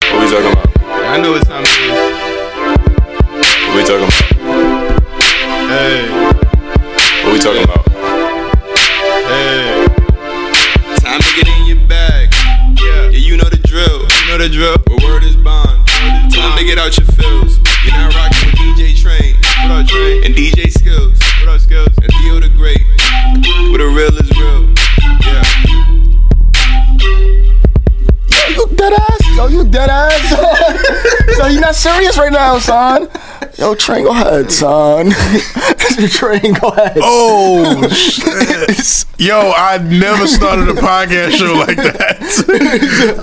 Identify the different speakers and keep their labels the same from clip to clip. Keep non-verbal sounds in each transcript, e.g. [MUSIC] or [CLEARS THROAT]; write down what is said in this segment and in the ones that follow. Speaker 1: talking about?
Speaker 2: I know what time it is.
Speaker 1: What we talking about?
Speaker 2: Hey,
Speaker 1: What we talking about?
Speaker 2: hey. Time to get in your bag. Yeah, you know the drill. You know the drill. But word is bond. Time to get out your feels. You're not rocking with DJ Train. What up, Train? And DJ Skills. What up, Skills? And Theo the Great. Where the real is real. Yeah.
Speaker 3: You dead ass? Yo, you dead ass? [LAUGHS] so you not serious right now, son? Yo, train, go ahead, son. [LAUGHS] train, go ahead.
Speaker 4: Oh shit. Yo, I never started a podcast show like that.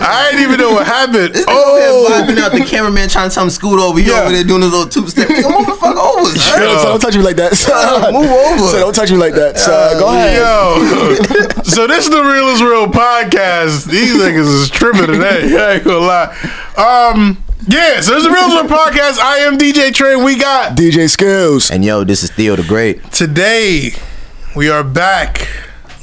Speaker 4: I didn't even know what happened.
Speaker 5: Vibing
Speaker 4: Oh,
Speaker 5: out the cameraman trying to tell him scoot over. You
Speaker 4: Yeah.
Speaker 5: over there doing his little two step. Nigga, move the fuck over.
Speaker 4: [LAUGHS]
Speaker 5: son.
Speaker 3: Yo, son, don't touch me like that, [LAUGHS] son.
Speaker 5: Move over.
Speaker 3: So don't touch me like that, son. Go ahead.
Speaker 5: [LAUGHS]
Speaker 4: yo. So this is the real is real podcast. These niggas is tripping today. I ain't gonna lie. Um, yeah. So this is the real is real podcast. I am DJ Train. We got
Speaker 3: DJ Skills.
Speaker 5: And yo, this is Theo the Great.
Speaker 4: today. We are back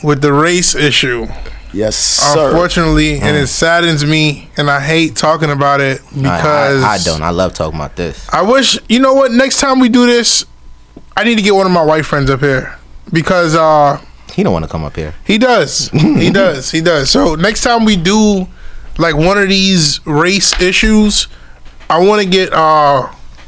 Speaker 4: with the race issue.
Speaker 3: Yes, sir.
Speaker 4: Unfortunately, and it saddens me, and I hate talking about it because
Speaker 5: Mm. I, I, I don't. I love talking about this.
Speaker 4: I wish you know what. Next time we do this, I need to get one of my white friends up here because uh
Speaker 5: He don't want to come up here.
Speaker 4: he does, he does, he does. So next time we do like one of these race issues, I want to get uh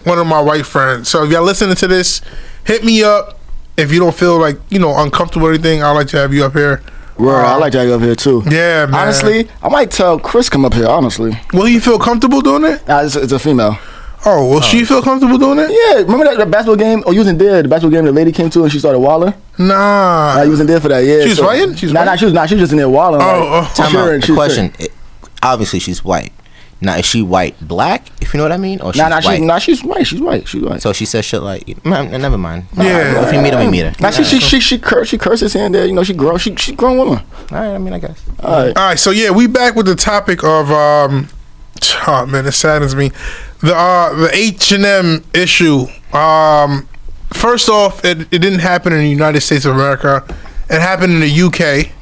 Speaker 4: one of my white friends. So if y'all listening to this, hit me up. If you don't feel like you know uncomfortable or anything, I'd like to have you up here. Uh,
Speaker 3: Word, I like that up here too.
Speaker 4: Yeah, man.
Speaker 3: Honestly, I might tell Chris come up here. Honestly,
Speaker 4: Will you feel comfortable doing it?
Speaker 3: Nah, it's, it's a female.
Speaker 4: Oh, will she feel comfortable doing it?
Speaker 3: Yeah, remember that, that basketball game? Oh, you was in there. The basketball game the lady came to and she started walling.
Speaker 4: Nah.
Speaker 3: Nah, you was in there for that. Yeah,
Speaker 4: She was fighting? She was
Speaker 3: nah, nah,
Speaker 4: fighting?
Speaker 3: she was not. Nah, she was just in there walling.
Speaker 4: oh. Time
Speaker 3: like,
Speaker 5: Time
Speaker 3: cheering,
Speaker 5: out. The
Speaker 3: cheering.
Speaker 5: question. It, obviously, she's white. Now, is she white black? If you know what I mean, or she's
Speaker 3: Nah, nah,
Speaker 5: white?
Speaker 3: she's nah, she's white. She's white. She's white.
Speaker 5: So she says shit like, man, never mind.
Speaker 4: Yeah.
Speaker 5: If you meet her, we meet her.
Speaker 3: Now she she she she, cur- she curses here and there. You know she grown she she grown woman.
Speaker 5: All right, I mean, I guess.
Speaker 3: All right.
Speaker 4: All right, so yeah, we back with the topic of um, oh man, it saddens me, the uh the H and M issue. Um, first off, it, it didn't happen in the United States of America. It happened in the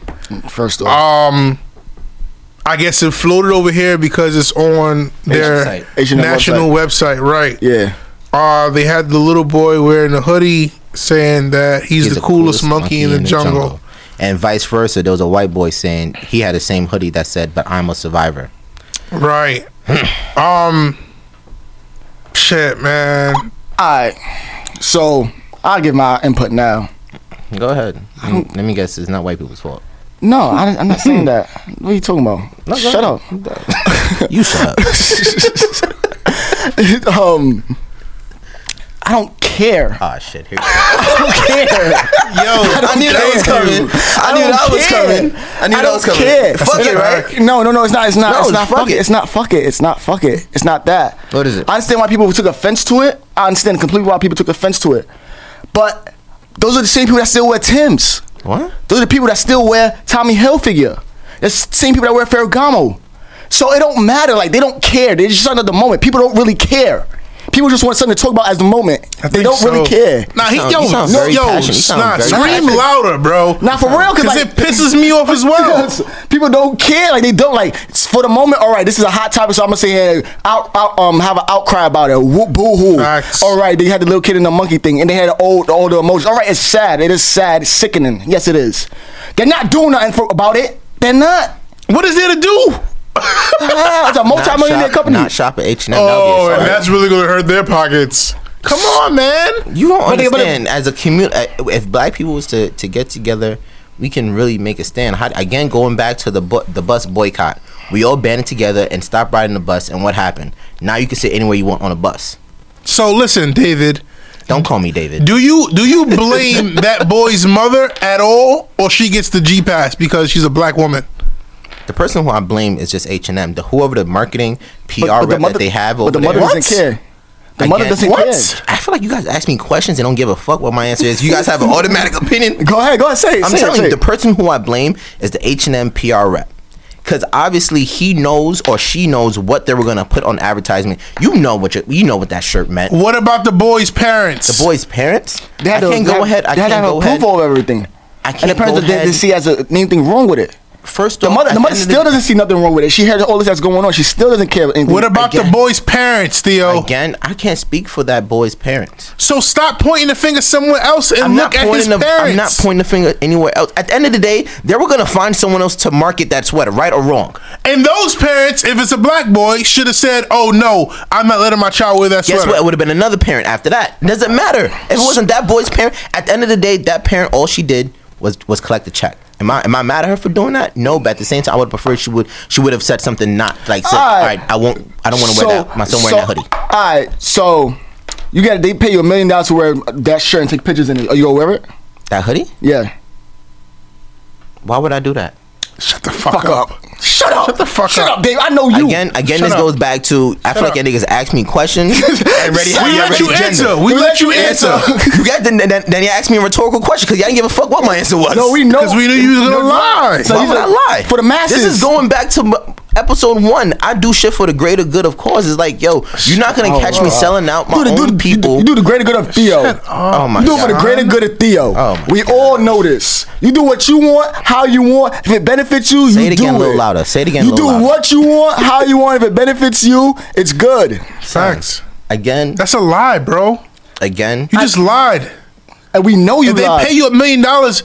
Speaker 4: UK.
Speaker 3: First off,
Speaker 4: Um, I guess it floated over here because it's on their
Speaker 5: site.
Speaker 3: H&M
Speaker 4: national website, right?
Speaker 3: yeah.
Speaker 4: Uh, they had the little boy wearing a hoodie saying that he's, the, coolest, monkey, in the, jungle.
Speaker 5: And vice versa, there was a white boy saying he had the same hoodie that said, "But I'm a survivor."
Speaker 4: Right. [CLEARS THROAT] um. Shit, man.
Speaker 3: All right. So I'll give my input now.
Speaker 5: Go ahead. Let me- Let me guess, it's not white people's fault.
Speaker 3: No, I, I'm not [LAUGHS] saying that. What are you talking about?
Speaker 5: No, go
Speaker 3: Shut up.
Speaker 5: ahead. You shut up.
Speaker 3: [LAUGHS] um, I don't care.
Speaker 5: [LAUGHS]
Speaker 3: [LAUGHS]
Speaker 5: Ah, shit. Here you
Speaker 4: Yo, I
Speaker 5: knew that was coming. I knew
Speaker 3: don't
Speaker 5: that was
Speaker 3: care.
Speaker 5: coming. I knew that
Speaker 3: don't
Speaker 5: was coming.
Speaker 3: care.
Speaker 5: Fuck it, right?
Speaker 3: No, no, no. It's not. It's not.
Speaker 5: No,
Speaker 3: it's
Speaker 5: it's
Speaker 3: not.
Speaker 5: fuck
Speaker 3: Fuck it.
Speaker 5: it.
Speaker 3: It's not. Fuck it. It's not. Fuck it. It's not that.
Speaker 5: What is it?
Speaker 3: I understand why people took offense to it. I understand completely why people took offense to it. But those are the same people that still wear Tim's.
Speaker 5: What?
Speaker 3: Those are the people that still wear Tommy Hilfiger. The s- same people that wear Ferragamo. So it don't matter. Like they don't care. They're just under the moment. People don't really care. People just want something to talk about as the moment. They don't really care.
Speaker 4: Nah, he,
Speaker 5: sound-
Speaker 4: yo,
Speaker 5: he sounds
Speaker 4: no,
Speaker 5: very
Speaker 4: yo,
Speaker 5: passionate. He sounds
Speaker 4: nah,
Speaker 5: very
Speaker 4: scream
Speaker 5: passionate.
Speaker 4: louder, bro.
Speaker 3: Not for real, cause
Speaker 4: because
Speaker 3: like-
Speaker 4: it pisses me off as
Speaker 3: [LAUGHS]
Speaker 4: well.
Speaker 3: Because people don't care. Like they don't like it's for the moment. All right, this is a hot topic, so I'm gonna say uh, out, out, um, have an outcry about it. Woo, boo hoo.
Speaker 4: Facts.
Speaker 3: All right, they had the little kid and the monkey thing, and they had all all the emotions. All right, it's sad. It is sad. It's sickening. Yes, it is. They're not doing nothing for, about it. They're not.
Speaker 4: What is there to do?
Speaker 3: Ah, [LAUGHS] it's a multi-millionaire
Speaker 5: shop,
Speaker 3: company.
Speaker 5: Not shop at H and M.
Speaker 4: Oh, and that's really gonna hurt their pockets. Come on, man.
Speaker 5: you don't
Speaker 3: But they- but they-
Speaker 5: understand. as a community, if black people was to, to get together, we can really make a stand. How, again, going back to the bu- the bus boycott, we all banded together and stopped riding the bus. And what happened? Now you can sit anywhere you want on a bus.
Speaker 4: So listen, David.
Speaker 5: Don't call me David.
Speaker 4: Do you do you
Speaker 3: [LAUGHS]
Speaker 4: blame that boy's mother at all, or she gets the G pass because she's a black woman?
Speaker 5: The person who I blame is just H and M. The whoever the marketing
Speaker 3: but
Speaker 5: PR rep
Speaker 3: the mother-
Speaker 5: that they have over
Speaker 3: but the
Speaker 5: there.
Speaker 3: mother doesn't care. The mother
Speaker 5: Again.
Speaker 3: doesn't
Speaker 5: What? I feel like you guys ask me questions and don't give a fuck what my answer is. You guys have an automatic opinion.
Speaker 3: [LAUGHS] care. Go ahead. Go ahead. Say it.
Speaker 5: I'm
Speaker 3: say it,
Speaker 5: telling
Speaker 3: say
Speaker 5: you,
Speaker 3: it.
Speaker 5: the person who I blame is the H and M PR rep. Cause obviously he knows or she knows what they were gonna put on advertisement. You know what you, you know what that shirt meant.
Speaker 4: What about the boy's parents?
Speaker 5: The boy's parents.
Speaker 3: They
Speaker 5: I
Speaker 3: had to-
Speaker 5: can't
Speaker 3: they
Speaker 5: go
Speaker 3: had-
Speaker 5: ahead. I
Speaker 3: they had
Speaker 5: can't
Speaker 3: to have
Speaker 5: go ahead.
Speaker 3: approval of everything.
Speaker 5: I
Speaker 3: and the
Speaker 5: can't
Speaker 3: parents
Speaker 5: go
Speaker 3: didn't
Speaker 5: ahead.
Speaker 3: see as a, anything wrong with it.
Speaker 5: first
Speaker 3: The
Speaker 5: off,
Speaker 3: mother,
Speaker 5: at
Speaker 3: the mother
Speaker 5: end of
Speaker 3: still doesn't see nothing wrong with it. She heard all this that's going on. She still doesn't care. And-
Speaker 4: What about the
Speaker 5: Again.
Speaker 4: boy's parents, Theo?
Speaker 5: Again, I can't speak for that boy's parents.
Speaker 4: So stop pointing the finger somewhere else and
Speaker 5: I'm
Speaker 4: look
Speaker 5: not
Speaker 4: at his
Speaker 5: pointing. The,
Speaker 4: parents.
Speaker 5: I'm not pointing the finger anywhere else. At the end of the day, they were gonna find someone else to market that sweater, right or wrong.
Speaker 4: and those parents, if it's a black boy, should have said, "Oh no, I'm not letting my child wear that
Speaker 5: Guess
Speaker 4: sweater."
Speaker 5: what? It would have been another parent after that. Doesn't matter. If it wasn't that boy's parent, at the end of the day, that parent all she did was was collect the check. Am I am I mad at her for doing that? No, but at the same time, I would prefer she would she would have said something not like said,
Speaker 3: Alright.
Speaker 5: all right, I won't I don't want to wear that. My son wearing that hoodie.
Speaker 3: All right, so you got to they pay you a million dollars to wear that shirt and take pictures in it. Are you gonna wear it?
Speaker 5: That hoodie?
Speaker 3: Yeah.
Speaker 5: Why would I do that?
Speaker 4: Shut the fuck,
Speaker 3: Fuck
Speaker 4: up.
Speaker 3: up. Shut up.
Speaker 4: Shut the fuck
Speaker 3: Shut
Speaker 4: up.
Speaker 3: up, Dave. I know you.
Speaker 5: Again, again,
Speaker 4: Shut
Speaker 5: this
Speaker 4: up.
Speaker 5: goes back to I feel like
Speaker 4: up.
Speaker 5: your niggas ask me questions
Speaker 4: [LAUGHS]
Speaker 5: and ready
Speaker 4: We
Speaker 5: have your
Speaker 4: let you
Speaker 5: agenda.
Speaker 4: answer. We let you answer.
Speaker 5: [LAUGHS] you got then, then, then you asked me a rhetorical question because y'all didn't give a fuck what my answer was.
Speaker 3: No, we know.
Speaker 4: Because we knew you was gonna lie.
Speaker 3: So
Speaker 5: Why
Speaker 3: you
Speaker 5: would I
Speaker 3: said-
Speaker 5: lie?
Speaker 3: for the masses.
Speaker 5: This is going back to m- episode one. I do shit for the greater good of causes. Like, yo, you're not gonna
Speaker 4: Oh,
Speaker 5: catch me selling out my
Speaker 3: do the, do the-
Speaker 5: own people.
Speaker 3: You do the greater good of Theo.
Speaker 5: Oh my
Speaker 3: you do it for the
Speaker 5: God.
Speaker 3: greater good of Theo.
Speaker 5: Oh my
Speaker 3: we all know this. You do what you want, how you want. If it benefits you,
Speaker 5: Say
Speaker 3: you
Speaker 5: it
Speaker 3: do
Speaker 5: again a
Speaker 3: it.
Speaker 5: little louder. Say it again a
Speaker 3: You
Speaker 5: little
Speaker 3: do
Speaker 5: louder.
Speaker 3: what you want, how you want. If it benefits you, it's good.
Speaker 4: Facts.
Speaker 5: again,
Speaker 4: That's a lie, bro.
Speaker 5: again.
Speaker 4: You just lied.
Speaker 3: And we know you
Speaker 4: If they
Speaker 3: lied.
Speaker 4: pay you a million dollars,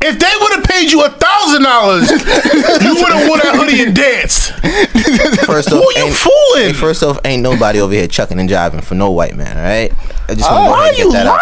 Speaker 4: if they would have paid you a thousand dollars, you would have worn that hoodie and danced. [LAUGHS]
Speaker 5: First
Speaker 4: Who
Speaker 5: off,
Speaker 4: you
Speaker 5: ain't-
Speaker 4: fooling?
Speaker 5: hey, First off, ain't nobody over here chucking and jiving for no white man. All right. I just wanna go
Speaker 4: Oh, Why
Speaker 5: ahead
Speaker 4: are
Speaker 5: and get
Speaker 4: you
Speaker 5: that out.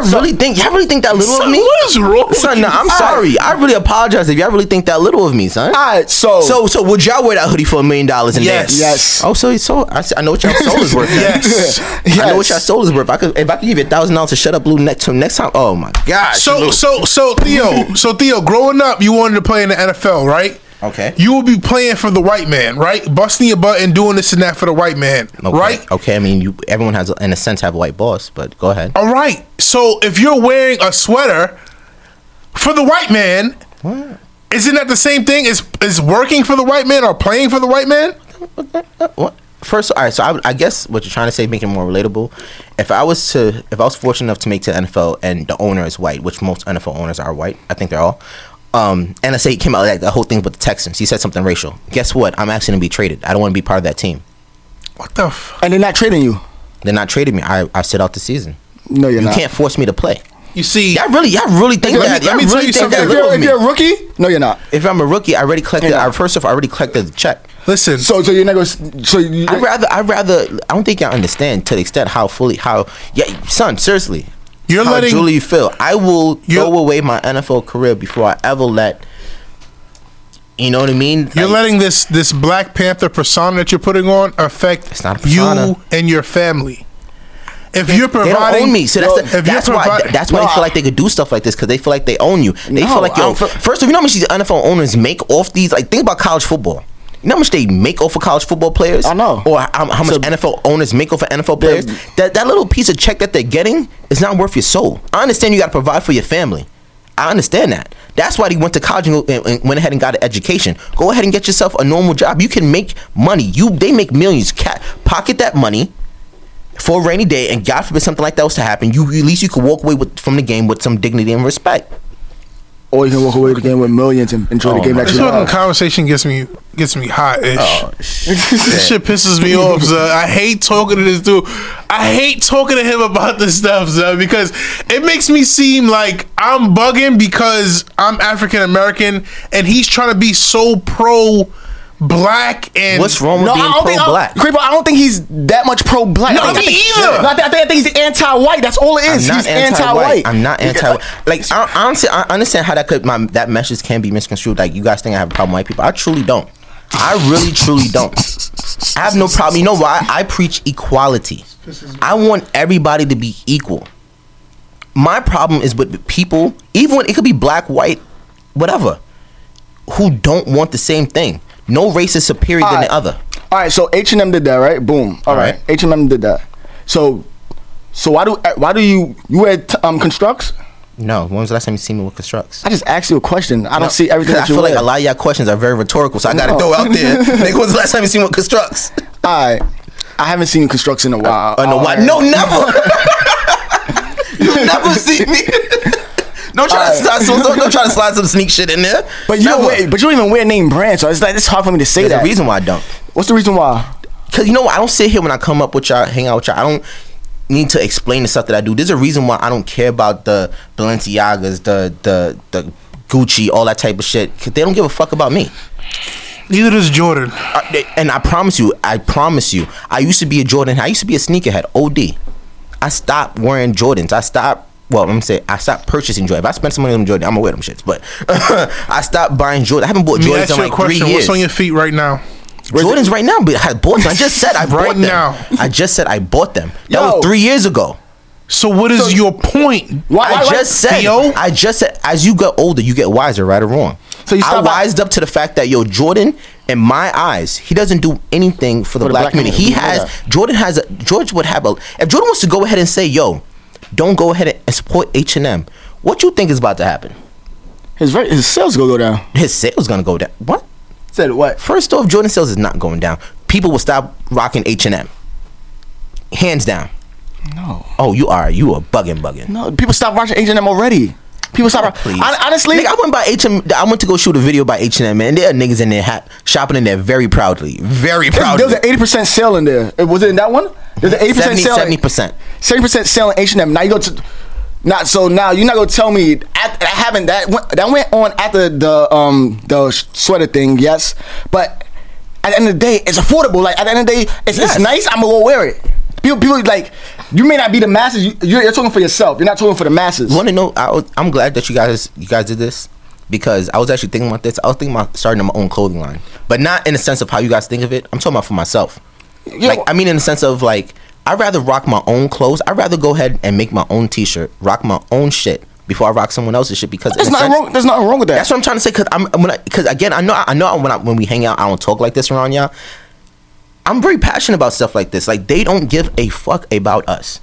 Speaker 4: lying?
Speaker 5: Y'all really think y'all really think that little
Speaker 4: Son,
Speaker 5: of me?
Speaker 4: what is wrong with
Speaker 5: Son,
Speaker 4: you?
Speaker 5: nah, I'm sorry. I really apologize if y'all really think that little of me, son.
Speaker 3: all right, so
Speaker 5: So, so would y'all wear that hoodie for a million dollars in
Speaker 4: Oh. Yes.
Speaker 5: dance?
Speaker 3: Yes.
Speaker 5: Oh, so you sold. I, s- I know what y'all soul is worth. now.
Speaker 4: [LAUGHS] Yes.
Speaker 5: I know what y'all
Speaker 3: Yes.
Speaker 5: soul is worth. I could, if I could give you a thousand dollars to shut up, blue next to next time. Oh my god.
Speaker 4: So so so
Speaker 5: [LAUGHS]
Speaker 4: Theo, so Theo, growing up, you wanted to play in the NFL, right?
Speaker 5: Okay.
Speaker 4: You would be playing for the white man, right? Busting your butt and doing this and that for the white man,
Speaker 5: okay.
Speaker 4: right?
Speaker 5: Okay. I mean, you everyone has in a sense have a white boss, but go ahead.
Speaker 4: All right. So if you're wearing a sweater for the white man, isn't that the same thing as is working for the white man or playing for the white man?
Speaker 5: What? First, all right. So I, would- I guess what you're trying to say, make it more relatable. If I was to, if I was fortunate enough to make to the NFL and the owner is white, which most NFL owners are white, I think they're all. Um, and I say he came out like the whole thing with the Texans. He said something racial. Guess what? I'm actually gonna be traded. I don't want to be part of that team.
Speaker 4: What the f-
Speaker 3: and they're not trading you.
Speaker 5: They're not trading me. I, I sit out the season.
Speaker 3: No, you're
Speaker 5: You
Speaker 3: not.
Speaker 5: can't force me to play.
Speaker 4: You see,
Speaker 5: Y'all really, y'all really think
Speaker 4: Let me- let
Speaker 5: that? y'all
Speaker 4: me tell
Speaker 5: really
Speaker 4: you
Speaker 5: think
Speaker 4: something.
Speaker 5: that
Speaker 3: If
Speaker 5: little
Speaker 3: you're,
Speaker 5: of
Speaker 3: if
Speaker 5: me?
Speaker 3: you're a rookie, no, you're not.
Speaker 5: If I'm a rookie, I already collected.
Speaker 3: Yeah.
Speaker 5: I first off, I already collected the check.
Speaker 4: listen.
Speaker 3: So, so you're not going. So you,
Speaker 5: I rather, I rather, I don't think y'all understand to the extent how fully, how, yeah, son, seriously,
Speaker 4: You're
Speaker 5: how
Speaker 4: letting-
Speaker 5: Julie feel. I will
Speaker 4: You're-
Speaker 5: throw away my NFL career before I ever let. You know what I mean?
Speaker 4: You're
Speaker 5: Like,
Speaker 4: letting this this Black Panther persona that you're putting on affect
Speaker 5: It's not a persona.
Speaker 4: you and your family. If you're
Speaker 5: They
Speaker 4: providing,
Speaker 5: don't own me, so that's the,
Speaker 4: if
Speaker 5: that's
Speaker 4: you're
Speaker 5: why
Speaker 4: provi-
Speaker 5: that's why
Speaker 3: No,
Speaker 5: they
Speaker 3: I-
Speaker 5: feel like they could do stuff like this because they feel like they own you. They
Speaker 3: No,
Speaker 5: feel like
Speaker 3: I
Speaker 5: yo.
Speaker 3: don't feel-
Speaker 5: first of all, you know how much these NFL owners make off these? Like think about college football. You know how much they make off of college football players?
Speaker 3: I know.
Speaker 5: Or how, how much NFL owners make off of NFL players? That that little piece of check that they're getting is not worth your soul. I understand you got to provide for your family. I understand that. That's why they went to college and, and- and went ahead and got an education. Go ahead and get yourself a normal job. You can make money. You they make millions. Cat, pocket that money for a rainy day, and God forbid something like that was to happen, you at least you could walk away with, from the game with some dignity and respect.
Speaker 3: or you can walk away the game with millions and enjoy the
Speaker 5: Oh
Speaker 3: game
Speaker 5: my
Speaker 3: that
Speaker 4: this
Speaker 3: you
Speaker 4: fucking
Speaker 3: love.
Speaker 4: conversation gets me gets me hot ish. [LAUGHS] this
Speaker 5: Oh, shit.
Speaker 4: shit pisses me off, son. I hate talking to this dude. I hate talking to him about this stuff, son, because it makes me seem like I'm bugging because I'm African American and he's trying to be so pro black and
Speaker 5: What's wrong with
Speaker 3: No, I
Speaker 5: being
Speaker 3: don't think
Speaker 5: pro-black?
Speaker 3: Creeper, I don't think he's that much pro-black.
Speaker 4: No,
Speaker 3: I think,
Speaker 4: me
Speaker 3: I think-
Speaker 4: either.
Speaker 3: No, I, think, I think he's anti-white. That's all it
Speaker 5: I'm
Speaker 3: is.
Speaker 5: not
Speaker 3: he's
Speaker 5: anti-white.
Speaker 3: anti-white. uh,
Speaker 5: I'm not anti-white. Like I, I honestly, I understand how that could my that message can be misconstrued. Like you guys think I have a problem with white people. I truly don't. I really truly don't. I have no problem. You know why? I preach equality. I want everybody to be equal. My problem is with people, even when it could be black, white, whatever, who don't want the same thing. No race is superior than the
Speaker 3: Alright.
Speaker 5: other.
Speaker 3: All right, so H and M did that, right? Boom. All right,
Speaker 5: Alright.
Speaker 3: H and M did that. So, so why do uh, why do you you wear t- um constructs?
Speaker 5: No, when was the last time you seen me with constructs?
Speaker 3: I just asked you a question. I don't
Speaker 5: No,
Speaker 3: see everything
Speaker 5: 'cause
Speaker 3: that
Speaker 5: I
Speaker 3: you
Speaker 5: feel
Speaker 3: wear.
Speaker 5: like a lot of y'all questions are very rhetorical, so I gotta
Speaker 3: No.
Speaker 5: throw out [LAUGHS] there. Nigga, when's the last time you seen what constructs?
Speaker 3: All right, I haven't seen you constructs in a
Speaker 5: Uh,
Speaker 3: while.
Speaker 5: [LAUGHS] Oh, no, why?
Speaker 3: Alright.
Speaker 5: [LAUGHS] No, never. you never see me. Don't try to
Speaker 3: All right.
Speaker 5: slide some, don't, don't try to slide some sneak shit in there.
Speaker 3: But you don't
Speaker 5: Never.
Speaker 3: wear, but you don't even wear name brand, so it's like it's hard for me to say
Speaker 5: There's
Speaker 3: that.
Speaker 5: a reason why I don't.
Speaker 3: What's the reason why?
Speaker 5: Cause you know what? I don't sit here when I come up with y'all, hang out with y'all. I don't need to explain the stuff that I do. There's a reason why I don't care about the Balenciagas, the the the Gucci, all that type of shit. Cause they don't give a fuck about me.
Speaker 4: Neither does Jordan.
Speaker 5: Uh, they- and I promise you, I promise you, I used to be a Jordan. I used to be a sneakerhead. OD. I stopped wearing Jordans. I stopped. Well, I'm saying I stopped purchasing Jordan. If I spend some money on Jordan, I'm gonna wear them shits. But [LAUGHS] I stopped buying Jordan. I haven't bought
Speaker 4: Let me
Speaker 5: Jordans
Speaker 4: ask you
Speaker 5: in
Speaker 4: a
Speaker 5: like three
Speaker 4: question.
Speaker 5: years.
Speaker 4: What's on your feet right now?
Speaker 5: Jordans right now, but I had bought them. I just said I
Speaker 4: [LAUGHS]
Speaker 5: bought
Speaker 4: Right
Speaker 5: them.
Speaker 4: now.
Speaker 5: I just said I bought them. That
Speaker 3: Yo.
Speaker 5: was three years ago.
Speaker 4: So what is your point?
Speaker 3: Why?
Speaker 5: I
Speaker 3: why-
Speaker 5: just said.
Speaker 4: Theo?
Speaker 5: I just said. As you get older, you get wiser, right or wrong.
Speaker 3: So you
Speaker 5: I
Speaker 3: stop at-
Speaker 5: wised up to the fact that yo Jordan, in my eyes, he doesn't do anything for the, black, community. He
Speaker 3: we know
Speaker 5: has Jordan has a, George would have a if Jordan was to go ahead and say yo, don't go ahead and support H and M. What you think is about to happen?
Speaker 3: his ver- his sales gonna go down.
Speaker 5: His sales gonna go down. What?
Speaker 3: Said what?
Speaker 5: First off, Jordan sales is not going down. People will stop rocking H and M. Hands down.
Speaker 3: No,
Speaker 5: Oh, you are you are bugging bugging.
Speaker 3: no. People stopped watching H and M already. People stopped.
Speaker 5: Oh, Please.
Speaker 3: Hon- honestly,
Speaker 5: Nigga, I went by H and I went to go shoot a video by H and M, and there are niggas in there ha- shopping in there very proudly, very
Speaker 3: there's,
Speaker 5: proudly.
Speaker 3: there's an eighty percent sale in there. Uh, Was it in that one? There's an eighty percent sale.
Speaker 5: 70 percent.
Speaker 3: Seventy percent sale in H and M. Now you go to. Not so now you're not gonna tell me at, I haven't that went, that went on after the um the sh- sweater thing yes but at the end of the day it's affordable like at the end of the day it's,
Speaker 5: Yes.
Speaker 3: it's nice I'm gonna go wear it people people like you may not be the masses you, you're, you're talking for yourself you're not talking for the masses
Speaker 5: Want to know? I was, I'm glad that you guys you guys did this because I was actually thinking about this. I was thinking about starting my own clothing line, but not in the sense of how you guys think of it. I'm talking about for myself. like I mean, in the sense of like I'd rather rock my own clothes. I'd rather go ahead and make my own T-shirt, rock my own shit before I rock someone else's shit because in
Speaker 3: there's
Speaker 5: a
Speaker 3: nothing
Speaker 5: sense-
Speaker 3: wrong there's nothing wrong with that
Speaker 5: That's what I'm trying to say. Cause I'm when I, cause again, I know I know when I, when we hang out, I don't talk like this around y'all. I'm very passionate about stuff like this. Like they don't give a fuck about us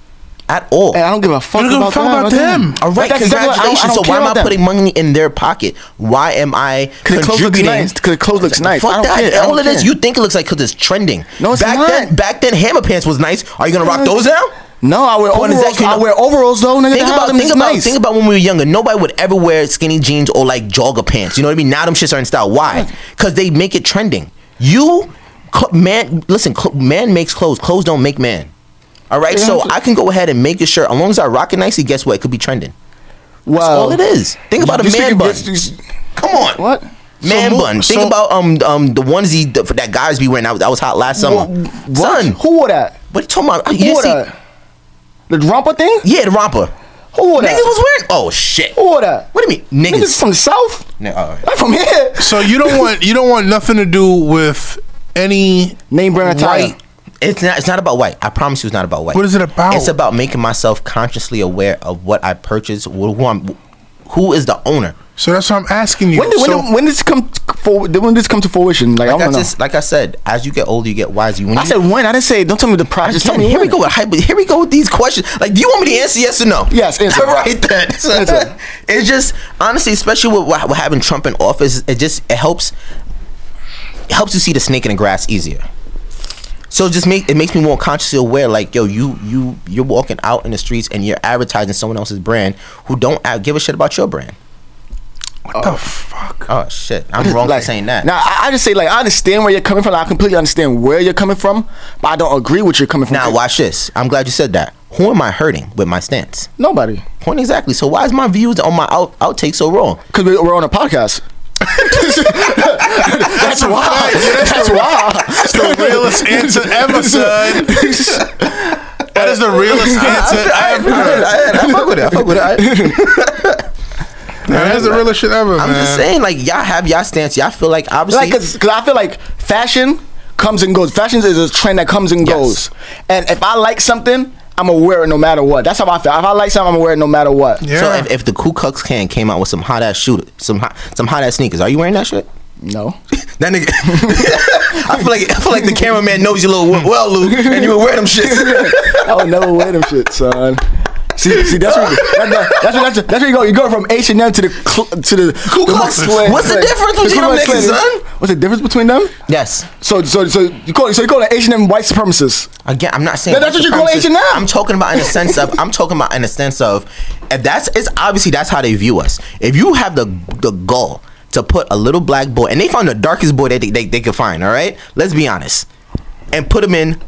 Speaker 5: at all.
Speaker 3: Hey, I don't give a fuck
Speaker 4: You don't give a
Speaker 3: about,
Speaker 4: fuck
Speaker 3: that,
Speaker 4: about them.
Speaker 5: all right,
Speaker 3: That's exactly what-
Speaker 5: congratulations.
Speaker 3: I don't- I don't
Speaker 5: so why
Speaker 3: care
Speaker 5: am I
Speaker 3: about them.
Speaker 5: putting money in their pocket? Why am I
Speaker 3: Because the clothes look
Speaker 5: contributing?
Speaker 3: nice. Because the clothes looks nice. I
Speaker 5: Fuck
Speaker 3: don't
Speaker 5: that!
Speaker 3: care. I
Speaker 5: All
Speaker 3: don't
Speaker 5: it is,
Speaker 3: care.
Speaker 5: you think it looks like because it's trending.
Speaker 3: No, it's
Speaker 5: back
Speaker 3: not.
Speaker 5: Then, back then, hammer pants was nice. Are you gonna rock those now?
Speaker 3: No, I wear
Speaker 5: Point is that
Speaker 3: overalls.
Speaker 5: you
Speaker 3: I
Speaker 5: know-
Speaker 3: wear overalls though. Nigga,
Speaker 5: Think
Speaker 3: the hell
Speaker 5: about,
Speaker 3: them
Speaker 5: think
Speaker 3: is
Speaker 5: about,
Speaker 3: nice.
Speaker 5: think about when we were younger. Nobody would ever wear skinny jeans or like jogger pants. You know what I mean? Now them shits are in style. Why?
Speaker 3: Mm.
Speaker 5: Because they make it trending. You, cl- man, listen. Cl- man makes clothes. Clothes don't make man. All right.
Speaker 3: Yeah,
Speaker 5: so
Speaker 3: that's-
Speaker 5: I can go ahead and make a shirt as long as I rock it nicely. Guess what? It could be trending.
Speaker 3: Wow.
Speaker 5: That's all it is. Think about
Speaker 3: You
Speaker 5: a man
Speaker 3: speaking-
Speaker 5: bun.
Speaker 3: you- you-
Speaker 5: Come on.
Speaker 3: What?
Speaker 5: Man
Speaker 4: So mo-
Speaker 5: bun. Think
Speaker 4: so-
Speaker 5: about um um the onesie that, that guys be wearing. That was, that was hot last summer.
Speaker 3: What?
Speaker 5: Son,
Speaker 3: Who wore that?
Speaker 5: what you talking about? You
Speaker 3: Who
Speaker 5: didn't
Speaker 3: wore
Speaker 5: see-
Speaker 3: that? The romper thing?
Speaker 5: Yeah, the romper.
Speaker 3: Who wore
Speaker 5: Niggas
Speaker 3: that?
Speaker 5: was wearing. Oh shit.
Speaker 3: Who wore that?
Speaker 5: What do you mean, niggas?
Speaker 3: Niggas from the south?
Speaker 5: Nigga, all right.
Speaker 3: I'm from here.
Speaker 4: So you don't want you don't want nothing to do with any
Speaker 3: Name brand attire.
Speaker 4: white
Speaker 5: It's not. It's not about white. I promise you, it's not about white.
Speaker 4: What is it about?
Speaker 5: It's about making myself consciously aware of what I purchase, wh- who I'm, who is the owner.
Speaker 4: So that's what I'm asking you.
Speaker 3: When did, when,
Speaker 4: so,
Speaker 3: did, when this come for? When this come to fruition? Like, I
Speaker 5: Like I,
Speaker 3: don't know.
Speaker 5: just, like I said, as you get older, you get wiser. When
Speaker 3: I
Speaker 5: you-
Speaker 3: said when. I didn't say. Don't tell me the price. Just tell me.
Speaker 5: here we
Speaker 3: when.
Speaker 5: go with hype. Here we go with these questions. Like, do you want me to answer yes or no?
Speaker 3: Yes, answer.
Speaker 5: All [LAUGHS] right then. So,
Speaker 3: [LAUGHS] Answer.
Speaker 5: [LAUGHS] It's just honestly, especially with, with having Trump in office, it just it helps. It helps you see the snake in the grass easier. So it just make it makes me more consciously aware. Like, yo, you you you're walking out in the streets and you're advertising someone else's brand who don't a- give a shit about your brand.
Speaker 4: what the fuck?
Speaker 5: Oh shit,
Speaker 3: [LAUGHS]
Speaker 5: I'm wrong
Speaker 3: like,
Speaker 5: for saying that.
Speaker 3: Now I, I just say like I understand where you're coming from. I completely understand where you're coming from, but I don't agree with you coming from.
Speaker 5: now watch this. I'm glad you said that. Who am I hurting with my stance?
Speaker 3: Nobody,
Speaker 5: Point exactly. So why is my views on my out outtake so wrong?
Speaker 3: because we, we're on a
Speaker 5: [LAUGHS]
Speaker 3: podcast. [LAUGHS] that's why. That's why.
Speaker 4: [LAUGHS] That's the realest answer ever, son. That is the realest answer ever.
Speaker 5: I fuck with it. I fuck with it. I-
Speaker 4: That is the realest shit [LAUGHS] ever,
Speaker 5: I'm
Speaker 4: man.
Speaker 5: just saying, like y'all have y'all stance. Y'all feel like
Speaker 3: [LAUGHS]
Speaker 5: obviously
Speaker 3: Like, cause, 'cause I feel like fashion comes and goes. Fashion is a trend that comes and goes.
Speaker 5: Yes.
Speaker 3: And if I like something, I'm gonna wear it no matter what. That's how I feel. If I like something, I'm gonna wear it no matter what.
Speaker 4: Yeah.
Speaker 5: So if, if the Ku Klux Klan came out with some hot ass shooter, some hot, some hot ass sneakers, are you wearing that shit?
Speaker 3: No.
Speaker 5: That nigga, [LAUGHS] I feel like I feel like the
Speaker 3: [LAUGHS]
Speaker 5: cameraman knows you a little well, Luke, and you would wear them shit.
Speaker 3: I would never wear them shit, son. See, see, that's where, that, that, that's, where, that's, where, that's where you go. You go from H and M to the cl- to the
Speaker 5: Ku
Speaker 3: the
Speaker 5: Klux.
Speaker 3: Klan.
Speaker 5: What's the
Speaker 3: Klan.
Speaker 5: difference
Speaker 3: The
Speaker 5: between
Speaker 3: Ku
Speaker 5: them
Speaker 3: Klans
Speaker 5: niggas,
Speaker 3: Klan.
Speaker 5: son?
Speaker 3: What's the difference between them?
Speaker 5: Yes.
Speaker 3: So, so, so you call so you call it H and M white supremacists.
Speaker 5: Again, I'm not saying
Speaker 3: That- that's
Speaker 5: white
Speaker 3: what you call
Speaker 5: supremacists.
Speaker 3: H&M.
Speaker 5: I'm talking about in a sense of I'm talking about in a sense of if that's it's obviously that's how they view us. If you have the the goal to put a little black boy and they found the darkest boy that they, they, they could find, all right? Let's be honest. And put him in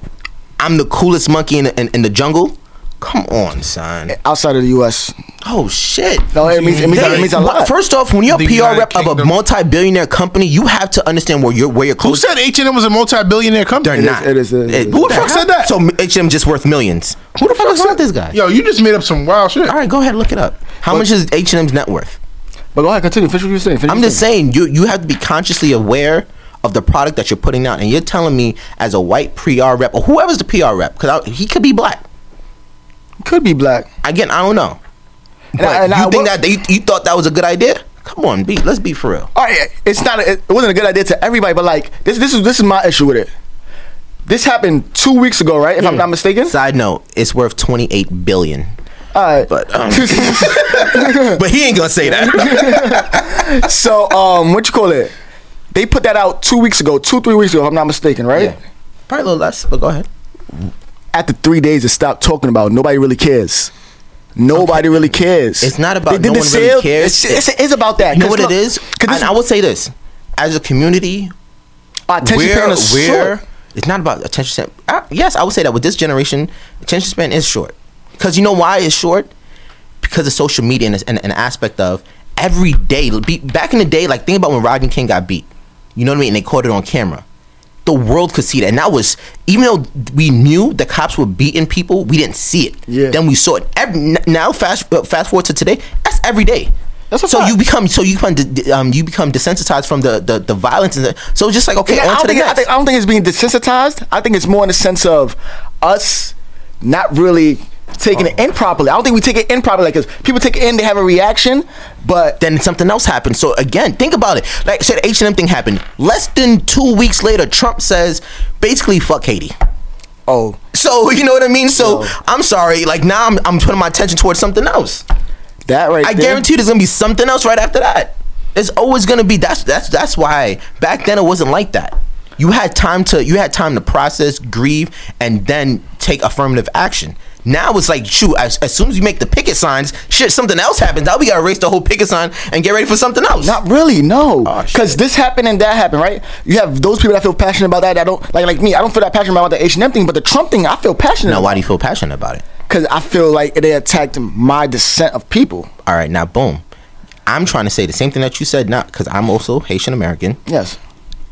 Speaker 5: I'm the coolest monkey in the, in, in the jungle. Come on, son.
Speaker 3: outside of the U.S.
Speaker 5: Oh shit.
Speaker 3: No, it means- it means- it
Speaker 5: They-
Speaker 3: means a
Speaker 5: but
Speaker 3: lot.
Speaker 5: First off, when you're a
Speaker 4: The
Speaker 5: PR
Speaker 4: United
Speaker 5: rep of a
Speaker 4: Kingdom.
Speaker 5: multi-billionaire company, you have to understand where your where your
Speaker 4: Who
Speaker 5: clothes
Speaker 4: said H and M was a multi-billionaire company?
Speaker 5: They're
Speaker 3: is,
Speaker 5: not.
Speaker 3: it is, it is, it is.
Speaker 5: who the fuck said that? So HM just worth millions. Who the fuck said this guy?
Speaker 4: Yo, you just made up some wild shit.
Speaker 5: All right, go ahead, look it up. How much is H&M's net worth?
Speaker 3: But go ahead, continue. Finish what you're saying. Finish
Speaker 5: I'm
Speaker 3: what
Speaker 5: just saying you you have to be consciously aware of the product that you're putting out, and you're telling me as a white PR rep or whoever's the PR rep, because he could be black.
Speaker 3: you're saying. could be black.
Speaker 5: Again, I don't know. But
Speaker 3: I- and
Speaker 5: you
Speaker 3: I-
Speaker 5: think
Speaker 3: what-
Speaker 5: that you, you thought that was a good idea? Come on, be let's be for real.
Speaker 3: All right, it's not. A, it wasn't a good idea to everybody, but like this, this is this is my issue with it. This happened two weeks ago, right? If I'm not mistaken.
Speaker 5: Side note: It's worth 28 billion.
Speaker 3: All right.
Speaker 5: But
Speaker 3: [LAUGHS]
Speaker 5: um, [LAUGHS] but he ain't gonna say that.
Speaker 3: so um, what you call it? They put that out two weeks ago, two three weeks ago, if I'm not mistaken, right?
Speaker 5: Probably a little less, but go ahead.
Speaker 3: After three days, it stopped talking about. it. Nobody really cares. Nobody really cares.
Speaker 5: It's not about no one really cares.
Speaker 3: It's, it's, it's about that.
Speaker 5: You know what
Speaker 3: Cause
Speaker 5: it
Speaker 3: look-
Speaker 5: is?
Speaker 3: Cause this,
Speaker 5: And I would say this: as a community,
Speaker 3: our attention span is short.
Speaker 5: it's not about attention span. Uh, yes, I would say that with this generation, attention span is short. Because you know why it's short? Because of social media and, and an aspect of every day. Be, back in the day, like think about when Rodney King got beat. You know what I mean? And they caught it on camera. The world could see that, and that was even though we knew the cops were beating people, we didn't see it.
Speaker 3: Yeah.
Speaker 5: Then we saw it. Every, n- now fast uh, fast forward to today, that's every day.
Speaker 3: That's a
Speaker 5: so
Speaker 3: fact.
Speaker 5: you become so you become de- um, you become desensitized from the the, the violence and the, so it's just like okay
Speaker 3: Yeah, I,
Speaker 5: on
Speaker 3: don't
Speaker 5: to the
Speaker 3: think,
Speaker 5: next.
Speaker 3: I, think, I don't think it's being desensitized. I think it's more in the sense of us not really taking it in properly. I don't think we take it in properly because people take it in, they have a reaction, but
Speaker 5: then something else happened. So again, think about it. Like I said, H and M thing happened. Less than two weeks later, Trump says basically fuck Haiti. [LAUGHS]
Speaker 3: oh,
Speaker 5: So you know what I mean. So I'm sorry. Like now I'm I'm putting my attention towards something else.
Speaker 3: that right
Speaker 5: I
Speaker 3: there.
Speaker 5: guarantee there's gonna be something else right after that. It's always gonna be that's that's that's why back then it wasn't like that. You had time to you had time to process, grieve, and then take affirmative action. Now it's like shoot, as, as soon as you make the picket signs, shit, something else happens. Now we gotta erase the whole picket sign and get ready for something else.
Speaker 3: Not really, no.
Speaker 5: Oh, shit.
Speaker 3: Because this happened and that happened, right? You have those people that feel passionate about that. That don't like, like me. I don't feel that passionate about the H and M thing, but the Trump thing, I feel passionate.
Speaker 5: now why do you feel passionate about it?
Speaker 3: Because I feel like they attacked my descent of people.
Speaker 5: All right, now boom. I'm trying to say the same thing that you said, not because I'm also Haitian American.
Speaker 3: Yes.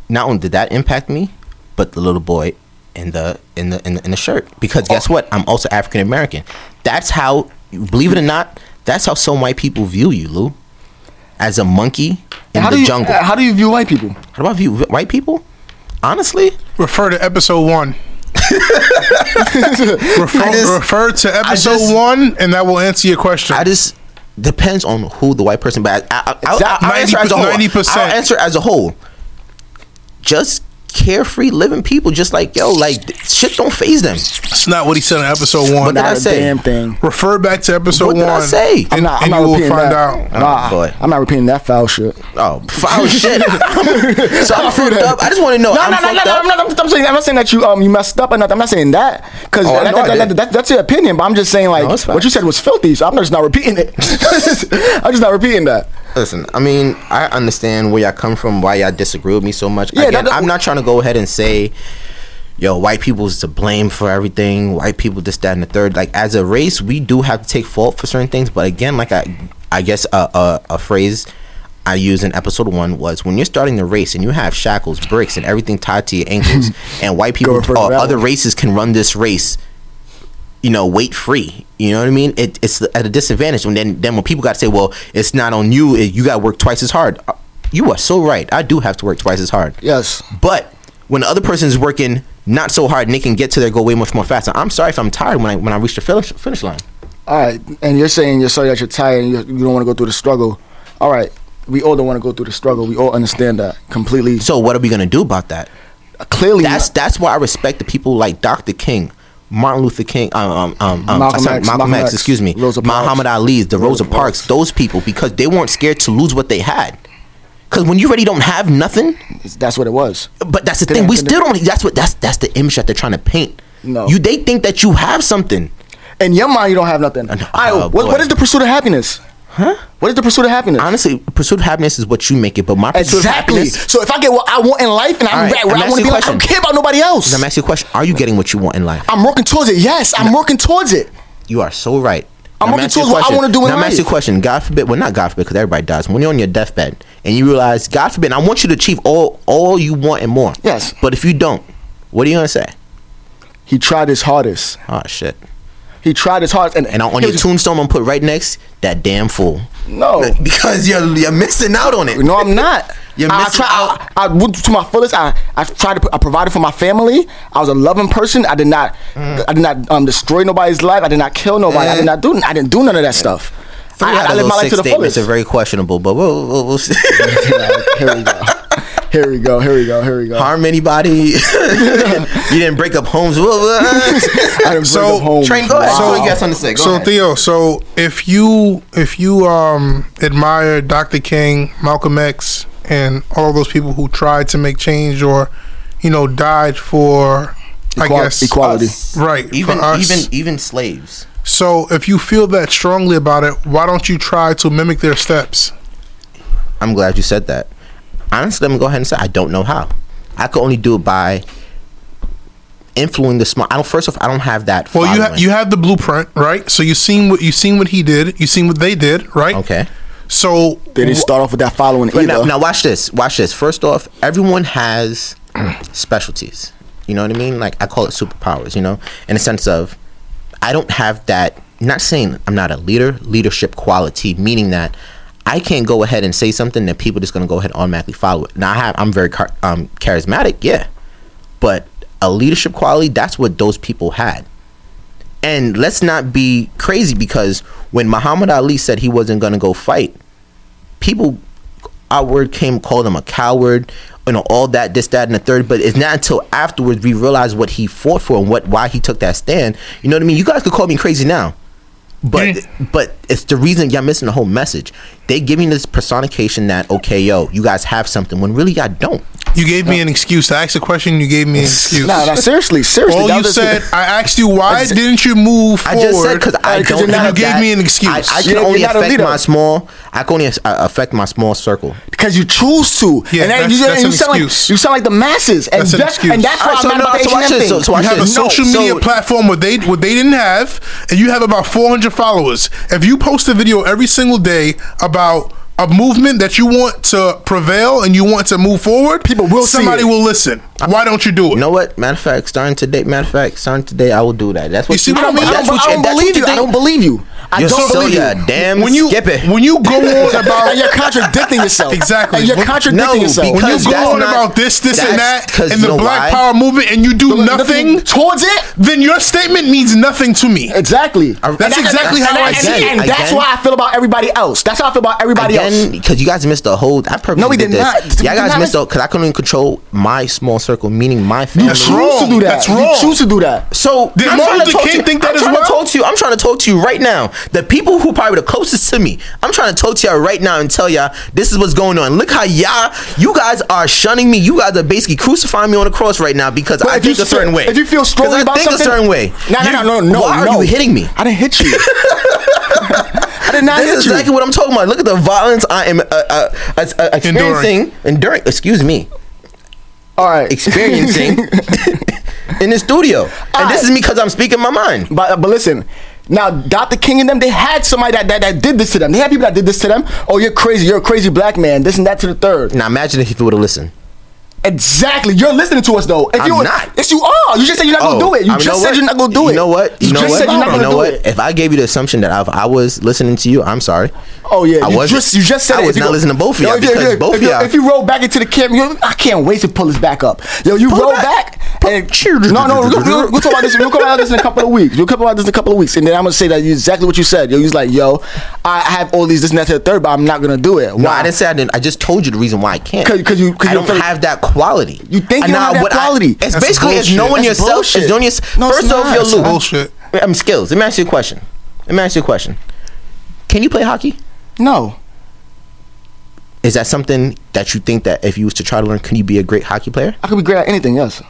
Speaker 5: not only did that impact me, but the little boy in the in the in the, in the shirt. Because
Speaker 3: Oh.
Speaker 5: guess what? I'm also African American. That's how, believe it or not, that's how some white people view you, Lou, as a monkey in
Speaker 3: how
Speaker 5: the
Speaker 3: do you, uh,
Speaker 5: jungle.
Speaker 3: How do you view white people?
Speaker 5: how do I view white people? Honestly,
Speaker 4: Refer to episode [LAUGHS] one. refer,
Speaker 5: I just-
Speaker 4: refer to episode
Speaker 5: just-
Speaker 4: one, and that will answer your question.
Speaker 5: I just depends on who the white person. But I, I, I, I,
Speaker 3: Exactly.
Speaker 5: I'll answer as a whole.
Speaker 4: 90%.
Speaker 5: I'll answer as a whole. Just carefree living people, just like yo, like shit don't phase them.
Speaker 4: That's not what he said in episode one.
Speaker 5: But What did I
Speaker 3: Not a
Speaker 5: say?
Speaker 3: damn thing.
Speaker 4: refer back to episode
Speaker 5: What did
Speaker 4: one.
Speaker 5: I say?
Speaker 4: And,
Speaker 5: I'm
Speaker 3: I'm not. I'm
Speaker 4: and
Speaker 3: not
Speaker 4: you will
Speaker 3: repeating
Speaker 4: find out.
Speaker 3: that. Nah,
Speaker 5: boy.
Speaker 3: I'm not repeating that foul shit.
Speaker 5: Oh, foul
Speaker 3: [LAUGHS]
Speaker 5: shit. so I'm fucked up. I just want to know.
Speaker 3: No,
Speaker 5: I'm
Speaker 3: no, no, no,
Speaker 5: fucked
Speaker 3: no,
Speaker 5: up?
Speaker 3: I'm not, I'm, I'm saying, I'm not saying that you um you messed up or nothing. I'm not saying that because
Speaker 5: Oh, I
Speaker 3: that,
Speaker 5: know I
Speaker 3: that, that,
Speaker 5: did.
Speaker 3: that- that's your opinion. But I'm just saying like
Speaker 5: No, it's fine.
Speaker 3: what you said was filthy. So I'm just not repeating it. [LAUGHS] I'm just not repeating that.
Speaker 5: Listen, I mean, I understand where y'all come from, why y'all disagree with me so much.
Speaker 3: Yeah,
Speaker 5: Again,
Speaker 3: that- that-
Speaker 5: I'm not trying to go ahead and say, yo, white people's to blame for everything, white people this, that, and the third. Like, as a race, we do have to take fault for certain things. But again, like, I, I guess a, a, a phrase I used in episode one was when you're starting the race and you have shackles, bricks, and everything tied to your
Speaker 3: [LAUGHS]
Speaker 5: ankles, and white people
Speaker 3: refer to
Speaker 5: or
Speaker 3: that
Speaker 5: other
Speaker 3: one.
Speaker 5: races can run this race you know, weight free. You know what I mean? It, it's at a disadvantage. When then, then when people got to say, "Well, it's not on you. it- You got to work twice as hard." Uh, You are so right. I do have to work twice as hard.
Speaker 3: Yes.
Speaker 5: But when the other person is working not so hard, and they can get to their goal way much more faster. I'm sorry if I'm tired when I when I reach the finish finish line.
Speaker 3: All right. And you're saying you're sorry that you're tired and you, you don't want to go through the struggle. All right. We all don't want to go through the struggle. We all understand that completely.
Speaker 5: So what are we gonna do about that?
Speaker 3: Clearly,
Speaker 5: That's
Speaker 3: not-
Speaker 5: that's why I respect the people like Dr. King Martin Luther King, um, um, um, um,
Speaker 3: Malcolm
Speaker 5: sorry,
Speaker 3: X,
Speaker 5: Malcolm
Speaker 3: Malcolm
Speaker 5: X,
Speaker 3: X,
Speaker 5: excuse me,
Speaker 3: Rosa Parks.
Speaker 5: Muhammad Ali's, the Rosa, Parks, those people, because they weren't scared to lose what they had. Because when you already don't have nothing,
Speaker 3: That's what it was.
Speaker 5: but that's the
Speaker 3: They
Speaker 5: thing. We
Speaker 3: didn't- they
Speaker 5: still don't. That's what. That's that's the image that they're trying to paint.
Speaker 3: No.
Speaker 5: you. They think that you have something.
Speaker 3: In your mind, you don't have nothing.
Speaker 5: know.
Speaker 3: All right,
Speaker 5: Oh,
Speaker 3: what,
Speaker 5: boy.
Speaker 3: what is the pursuit of happiness? Huh? What is the pursuit of happiness?
Speaker 5: Honestly, pursuit of happiness is what you make it. But my pursuit of
Speaker 3: exactly.
Speaker 5: happiness.
Speaker 3: So if I get what I want in life and
Speaker 5: All
Speaker 3: I'm
Speaker 5: right,
Speaker 3: right, where
Speaker 5: I'm
Speaker 3: I want
Speaker 5: asking
Speaker 3: to be,
Speaker 5: you a
Speaker 3: like, I don't
Speaker 5: question.
Speaker 3: care about nobody else.
Speaker 5: I'm asking you a question. Are you getting what you want in life?
Speaker 3: I'm working towards it. Yes, I'm working towards it.
Speaker 5: You are so right.
Speaker 3: I'm
Speaker 5: Now,
Speaker 3: working
Speaker 5: asking you
Speaker 3: towards
Speaker 5: a
Speaker 3: what I
Speaker 5: question.
Speaker 3: wanna do in
Speaker 5: Now, I'm asking you a
Speaker 3: life.
Speaker 5: question. God forbid, well, not God forbid, because everybody dies. When you're on your deathbed and you realize, God forbid, I want you to achieve all all you want and more.
Speaker 3: Yes.
Speaker 5: But if you don't, what are you gonna say?
Speaker 3: He tried his hardest.
Speaker 5: Oh shit.
Speaker 3: He tried his hardest, and
Speaker 5: And on your tombstone, I'm put right next that damn fool.
Speaker 3: No.
Speaker 5: because you're you're missing out on it.
Speaker 3: No, I'm not.
Speaker 5: [LAUGHS] You're
Speaker 3: I- I
Speaker 5: missing
Speaker 3: try.
Speaker 5: out.
Speaker 3: I, I went to my fullest. I, I tried to. I provided for my family. I was a loving person. I did not.
Speaker 5: Mm.
Speaker 3: I did not um, destroy nobody's life. I did not kill nobody. I did not do. I didn't do none of that stuff.
Speaker 5: Three
Speaker 3: I, I, I
Speaker 5: out of
Speaker 3: lived
Speaker 5: those
Speaker 3: my life
Speaker 5: six
Speaker 3: to the
Speaker 5: statements
Speaker 3: fullest.
Speaker 5: are very questionable, but we'll, we'll,
Speaker 3: [LAUGHS]
Speaker 5: we'll see.
Speaker 3: here we go. Here we go. [LAUGHS] Here we go. Here we go.
Speaker 5: harm anybody. [LAUGHS] you didn't break up homes. We'll- uh, we'll-
Speaker 3: I didn't
Speaker 4: So,
Speaker 3: bring them home.
Speaker 5: Train, go ahead.
Speaker 4: So-
Speaker 5: So, you got something to say. Go
Speaker 4: so
Speaker 5: ahead.
Speaker 4: Theo, so if you if you um admire Dr. King, Malcolm X, and all of those people who tried to make change or you know died for, I
Speaker 3: Equal-
Speaker 4: guess
Speaker 3: equality.
Speaker 5: [LAUGHS]
Speaker 4: right?
Speaker 5: even
Speaker 4: for us.
Speaker 5: even even slaves.
Speaker 4: so, if you feel that strongly about it, why don't you try to mimic their steps?
Speaker 5: I'm glad you said that. Honestly, I'm gonna go ahead and say I don't know how. I could only do it by influencing the smart. I don't. First off, I don't have that.
Speaker 4: Well, you ha-
Speaker 5: following.
Speaker 4: you have the blueprint, right? So you seen what you seen what he did, you seen what they did, right?
Speaker 5: okay.
Speaker 4: So
Speaker 3: They didn't start off with that following
Speaker 5: But
Speaker 3: either.
Speaker 5: now, now watch this. Watch this. First off, everyone has [CLEARS THROAT] specialties. You know what I mean? Like I call it superpowers. You know, in the sense of I don't have that. Not saying I'm not a leader. Leadership quality, meaning that I can't go ahead and say something that people just gonna go ahead and automatically follow it. Now I have. I'm very char- um, charismatic. Yeah, but a leadership quality. That's what those people had. And let's not be crazy because when Muhammad Ali said he wasn't gonna go fight, people outward came called him a coward you know all that this that and the third but it's not until afterwards we realize what he fought for and what why he took that stand you know what i mean you guys could call me crazy now but but it's the reason y'all missing the whole message they giving this personification that okay yo you guys have something when really y'all don't
Speaker 4: you gave me an excuse. I asked a question, you gave me an excuse.
Speaker 3: Nah, nah, seriously, seriously.
Speaker 4: All
Speaker 3: that
Speaker 4: you
Speaker 3: was-
Speaker 4: said, I asked you why didn't you move
Speaker 5: I
Speaker 4: forward?
Speaker 5: just said because I
Speaker 3: Alright, Uh, 'cause
Speaker 5: don't.
Speaker 3: you're not
Speaker 5: have
Speaker 4: You gave
Speaker 5: that-
Speaker 4: me an excuse.
Speaker 5: I, I can
Speaker 3: You're-
Speaker 5: only
Speaker 3: you're not a
Speaker 5: affect
Speaker 3: leader.
Speaker 5: my small. I can only uh, affect my small circle.
Speaker 3: because you choose to.
Speaker 4: Yeah,
Speaker 3: and that,
Speaker 4: that's-
Speaker 3: you,
Speaker 4: that's
Speaker 3: and you
Speaker 4: an
Speaker 3: sound
Speaker 4: excuse.
Speaker 3: like you sound like the masses, and
Speaker 4: That's an excuse.
Speaker 3: and that's why
Speaker 5: Alright,
Speaker 3: I'm
Speaker 5: so
Speaker 3: mad
Speaker 5: no,
Speaker 3: about the
Speaker 5: so watch
Speaker 3: H&M
Speaker 5: this,
Speaker 3: thing.
Speaker 5: so watch
Speaker 4: you have a
Speaker 5: this. No,
Speaker 4: social
Speaker 5: so-
Speaker 4: media platform what they what they didn't have, and you have about four hundred followers. If you post a video every single day about a movement that you want to prevail and you want to move forward,
Speaker 3: People will see
Speaker 4: somebody
Speaker 3: it.
Speaker 4: will listen. Why don't you do it?
Speaker 5: You know what? Matter of fact, starting today. Matter of fact, starting today, I will do that. That's what
Speaker 4: You see what
Speaker 3: I
Speaker 4: I
Speaker 3: don't,
Speaker 4: mean,
Speaker 3: I
Speaker 5: that's
Speaker 3: don't,
Speaker 5: what
Speaker 3: I don't
Speaker 5: that's what
Speaker 3: believe you. I
Speaker 5: think.
Speaker 3: don't believe you. I
Speaker 5: You're
Speaker 3: don't
Speaker 5: so
Speaker 3: believe
Speaker 5: yeah,
Speaker 3: you.
Speaker 5: damn
Speaker 4: when you
Speaker 5: skip it.
Speaker 4: when you go on about
Speaker 3: And you're contradicting yourself.
Speaker 4: Exactly.
Speaker 3: And you're
Speaker 4: When-
Speaker 3: contradicting
Speaker 5: No,
Speaker 3: yourself.
Speaker 5: because
Speaker 4: when you
Speaker 5: Because
Speaker 4: go
Speaker 5: that's
Speaker 4: on
Speaker 5: not-
Speaker 4: about this, this, and
Speaker 5: that's-
Speaker 4: that,
Speaker 5: 'cause
Speaker 4: and the
Speaker 5: you know
Speaker 4: Black
Speaker 5: why?
Speaker 4: Power movement, and you do
Speaker 3: Look,
Speaker 4: nothing,
Speaker 3: towards it.
Speaker 4: then your statement means nothing to me.
Speaker 3: Exactly.
Speaker 5: That's
Speaker 3: And
Speaker 4: exactly
Speaker 3: and
Speaker 4: how I
Speaker 3: and-
Speaker 4: see
Speaker 3: and,
Speaker 5: it.
Speaker 3: and that's
Speaker 5: Again.
Speaker 3: why I feel about everybody else. That's how I feel about everybody
Speaker 5: Again,
Speaker 3: else.
Speaker 5: because you guys missed the whole. I purposely
Speaker 3: No, we
Speaker 5: did
Speaker 3: did
Speaker 5: this.
Speaker 3: not. We
Speaker 5: Y'all
Speaker 3: did
Speaker 5: guys
Speaker 3: not
Speaker 5: missed the because I couldn't even control my small circle, meaning my family.
Speaker 4: That's
Speaker 3: You choose to
Speaker 4: wrong.
Speaker 3: do that.
Speaker 4: That's wrong.
Speaker 3: You choose to do that.
Speaker 5: So
Speaker 4: Did
Speaker 5: I'm
Speaker 4: Martin
Speaker 5: trying to
Speaker 4: Luther
Speaker 5: talk
Speaker 4: King
Speaker 5: to you.
Speaker 4: think that
Speaker 5: I'm
Speaker 4: as
Speaker 5: trying
Speaker 4: well?
Speaker 5: to talk to you. I'm trying to talk to you right now. The people who probably the closest to me. I'm trying to talk to y'all right now and tell y'all this is what's going on. Look how y'all, you guys are shunning me. You guys are basically crucifying me on the cross right now because
Speaker 3: But
Speaker 5: I
Speaker 3: if you
Speaker 5: think a
Speaker 3: feel-
Speaker 5: certain way.
Speaker 3: If you feel
Speaker 5: 'Cause
Speaker 3: strongly
Speaker 5: I
Speaker 3: about
Speaker 5: think
Speaker 3: something,
Speaker 5: a certain way.
Speaker 3: No, no,
Speaker 5: You-
Speaker 3: no, no, no.
Speaker 5: Why
Speaker 3: no.
Speaker 5: are you hitting me?
Speaker 3: [LAUGHS] I didn't hit you. I did not
Speaker 5: This
Speaker 3: hit
Speaker 5: is
Speaker 3: you.
Speaker 5: exactly what I'm talking about. Look at the violence I am uh, uh, uh, uh, experiencing, enduring. Excuse me,
Speaker 3: All right.
Speaker 5: experiencing in the studio, and this
Speaker 3: Alright.
Speaker 5: is because I'm speaking my mind.
Speaker 3: [LAUGHS] But but listen, now Dr. King and them, they had somebody that, that that did this to them. They had people that did this to them. Oh, you're crazy. You're a crazy black man. This and that to the third.
Speaker 5: Now imagine if you would have listened.
Speaker 3: Exactly. You're listening to us though. If
Speaker 5: I'm
Speaker 3: you were-
Speaker 5: not.
Speaker 3: Yes, you are. You just said you're not
Speaker 5: Oh,
Speaker 3: gonna do it. You
Speaker 5: I mean,
Speaker 3: just
Speaker 5: know
Speaker 3: said
Speaker 5: what?
Speaker 3: you're not gonna do it.
Speaker 5: You know what? You, know
Speaker 3: just
Speaker 5: what?
Speaker 3: said you're not
Speaker 5: You
Speaker 3: gonna
Speaker 5: know
Speaker 3: do
Speaker 5: what?
Speaker 3: it.
Speaker 5: If I gave you the assumption that I've, I was listening to you, I'm sorry.
Speaker 3: Oh yeah,
Speaker 5: I
Speaker 3: you
Speaker 5: wasn't.
Speaker 3: just you just said
Speaker 5: I
Speaker 3: it.
Speaker 5: was
Speaker 3: If you
Speaker 5: not
Speaker 3: go-
Speaker 5: listening to both of
Speaker 3: Yo,
Speaker 5: y'all
Speaker 3: if you- if
Speaker 5: because
Speaker 3: you-
Speaker 5: both
Speaker 3: if
Speaker 5: of
Speaker 3: you-
Speaker 5: y'all.
Speaker 3: If you roll back into the camera, you- I can't wait to pull this back up. Yo, you
Speaker 5: Pull it
Speaker 3: roll
Speaker 5: back.
Speaker 3: back.
Speaker 5: Pull-
Speaker 3: and, no, no, we'll, we'll, we'll talk about this. We'll talk about this in a couple of weeks. We'll talk about this in a couple of weeks, and then I'm gonna say that you exactly what you said. Yo, you was like, yo, I have all these this and that to the third, but I'm not gonna do it.
Speaker 5: No, I didn't say I didn't. I just told you the reason why I can't.
Speaker 3: 'Cause- 'cause you- 'cause
Speaker 5: I
Speaker 3: you
Speaker 5: don't
Speaker 3: feel-
Speaker 5: have that quality.
Speaker 3: You think you don't have that
Speaker 5: what I-
Speaker 3: quality?
Speaker 5: it's
Speaker 4: That's
Speaker 5: basically it's
Speaker 4: bullshit.
Speaker 5: knowing
Speaker 3: That's
Speaker 5: yourself.
Speaker 3: bullshit.
Speaker 5: It's knowing yourself.
Speaker 3: No, it's
Speaker 5: First off,
Speaker 3: not.
Speaker 5: you're
Speaker 3: It's
Speaker 5: Lou.
Speaker 4: bullshit.
Speaker 5: I'm skills. Let me ask you a question. Let me ask you a question. Can you play hockey?
Speaker 3: No.
Speaker 5: Is that something that you think that if you was to try to learn, can you be a great hockey player?
Speaker 3: I could be great at anything else.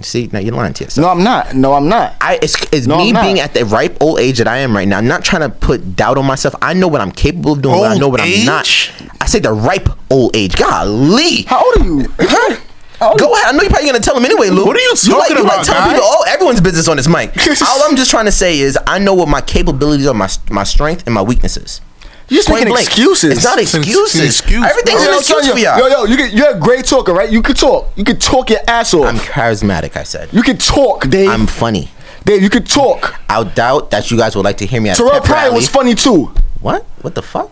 Speaker 5: See, now you're lying to yourself.
Speaker 3: No, I'm not. No, I'm not.
Speaker 5: I it's, it's
Speaker 3: No,
Speaker 5: me
Speaker 3: I'm not.
Speaker 5: being at the ripe old age that I am right now. I'm not trying to put doubt on myself. I know what I'm capable of doing. but I
Speaker 4: Old
Speaker 5: know what I'm not.
Speaker 4: age?
Speaker 5: I say the ripe old age. Golly.
Speaker 3: How old are
Speaker 5: [LAUGHS]
Speaker 3: you?
Speaker 5: Go ahead. I know you're probably gonna tell him anyway, Lou.
Speaker 4: What are you
Speaker 5: like,
Speaker 4: talking
Speaker 5: you
Speaker 4: about,
Speaker 5: Like telling
Speaker 4: guy?
Speaker 5: people, oh, everyone's business on
Speaker 4: [LAUGHS]
Speaker 5: this mic. All I'm just trying to say is, I know what my capabilities are, my my strength and my weaknesses.
Speaker 3: You're just
Speaker 5: Point
Speaker 3: making
Speaker 5: blank.
Speaker 3: excuses.
Speaker 5: It's not
Speaker 4: It's an- it's an
Speaker 5: excuses.
Speaker 4: excuse,
Speaker 5: Everything's
Speaker 4: bro.
Speaker 5: an
Speaker 3: yo,
Speaker 5: excuse
Speaker 3: yo,
Speaker 5: for
Speaker 3: yo,
Speaker 5: y'all.
Speaker 3: yo, you can, you're a great talker, right? You can talk. You can talk your ass off.
Speaker 5: I'm charismatic. I said.
Speaker 3: you can talk, Dave.
Speaker 5: I'm funny.
Speaker 3: Dave, you can talk.
Speaker 5: I doubt that you guys would like to hear me. At a
Speaker 3: Terrell
Speaker 5: pep
Speaker 3: Pryor was funny
Speaker 5: rally.
Speaker 3: too.
Speaker 5: What? What the fuck?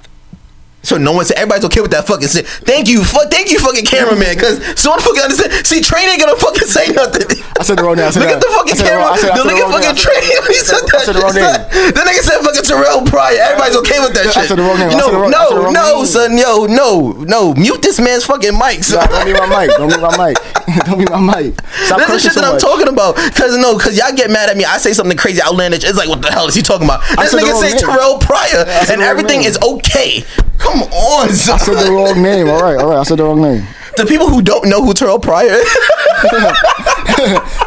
Speaker 5: So no one said everybody's okay with that fucking shit. Thank you, fuck. Thank you, fucking cameraman. Cause someone fucking understand. See, train ain't gonna fucking say nothing.
Speaker 3: I said the wrong name, I said
Speaker 5: Look
Speaker 3: that.
Speaker 5: at the
Speaker 3: I
Speaker 5: fucking
Speaker 3: said the wrong- I
Speaker 5: camera.
Speaker 3: said- I
Speaker 5: The
Speaker 3: said the
Speaker 5: nigga
Speaker 3: wrong name, I said
Speaker 5: fucking
Speaker 3: the-
Speaker 5: train. [LAUGHS] He
Speaker 3: I said
Speaker 5: said that.
Speaker 3: the wrong
Speaker 5: shit.
Speaker 3: name.
Speaker 5: The nigga said fucking Terrell Pryor. Everybody's okay with that
Speaker 3: I
Speaker 5: shit.
Speaker 3: said the wrong name, I said the wrong-
Speaker 5: No,
Speaker 3: I said the
Speaker 5: no,
Speaker 3: wrong
Speaker 5: no,
Speaker 3: name.
Speaker 5: son. Yo, no, no. Mute this man's fucking mic. son.
Speaker 3: Nah, Uh, don't be my mic. Don't be my mic. [LAUGHS] don't be my mic. Stop
Speaker 5: This is
Speaker 3: cursing
Speaker 5: shit
Speaker 3: so
Speaker 5: that
Speaker 3: much.
Speaker 5: I'm talking about. Cause no, cause y'all get mad at me. I say something crazy, outlandish. It's like, what the hell is he talking about? This
Speaker 3: said the wrong
Speaker 5: nigga say
Speaker 3: name.
Speaker 5: Terrell Pryor,
Speaker 3: Yeah, I said
Speaker 5: and
Speaker 3: the wrong
Speaker 5: everything
Speaker 3: name.
Speaker 5: is okay. Come on,
Speaker 3: I said the
Speaker 5: son.
Speaker 3: wrong name. All right, all right. I said the wrong name.
Speaker 5: The people who don't know who Terrell Pryor is, [LAUGHS]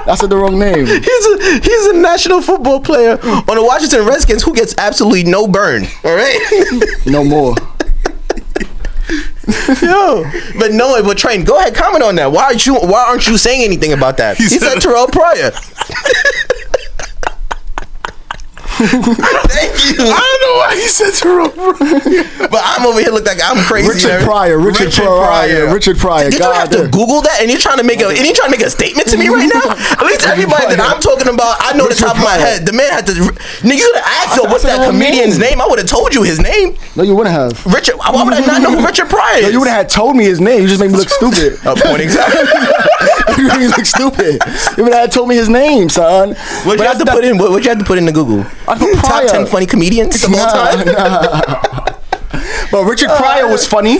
Speaker 3: I said the wrong name.
Speaker 5: he's a he's a national football player on the Washington Redskins who gets absolutely no burn.
Speaker 3: [LAUGHS]
Speaker 5: All right,
Speaker 3: No more.
Speaker 5: yo. [LAUGHS] But no, but train. Go ahead, comment on that. Why aren't you Why aren't you saying anything about that? He, said,
Speaker 4: said-
Speaker 3: [LAUGHS]
Speaker 5: Terrell Pryor. [LAUGHS] Thank you.
Speaker 4: I don't know why he said Terrell Pryor.
Speaker 5: But I'm over here look like I'm crazy. and
Speaker 3: Richard
Speaker 5: everything.
Speaker 3: Pryor. Richard,
Speaker 4: Richard
Speaker 3: Pryor. oh,
Speaker 4: Pryor.
Speaker 3: Richard Pryor.
Speaker 5: Did you have
Speaker 3: God,
Speaker 5: to
Speaker 3: damn.
Speaker 5: Google that? And you're trying to make a and you're trying to make a statement to me right
Speaker 3: [LAUGHS]
Speaker 5: now? At least everybody that I'm talking about, I know the
Speaker 3: Richard
Speaker 5: top of my
Speaker 3: Pryor.
Speaker 5: head. The man had to. Nigga, you would have asked, so
Speaker 3: I
Speaker 5: what's
Speaker 3: said
Speaker 5: that
Speaker 3: the wrong
Speaker 5: comedian's
Speaker 3: name.
Speaker 5: name? I would have told you his name.
Speaker 3: No, you wouldn't have.
Speaker 5: Richard. Why would I not know who Richard Pryor is?
Speaker 3: No, you would have told me his name. You just made me look stupid.
Speaker 5: [LAUGHS] A point exactly.
Speaker 3: [LAUGHS] you made me look stupid. You would have told me his name, son.
Speaker 5: What
Speaker 3: But
Speaker 5: you have to
Speaker 3: that's-
Speaker 5: put in? What would you have to put in the Google?
Speaker 3: I put
Speaker 5: Top
Speaker 3: Pryor.
Speaker 5: ten funny comedians of
Speaker 3: [LAUGHS]
Speaker 5: all time.
Speaker 3: But Richard Pryor was funny.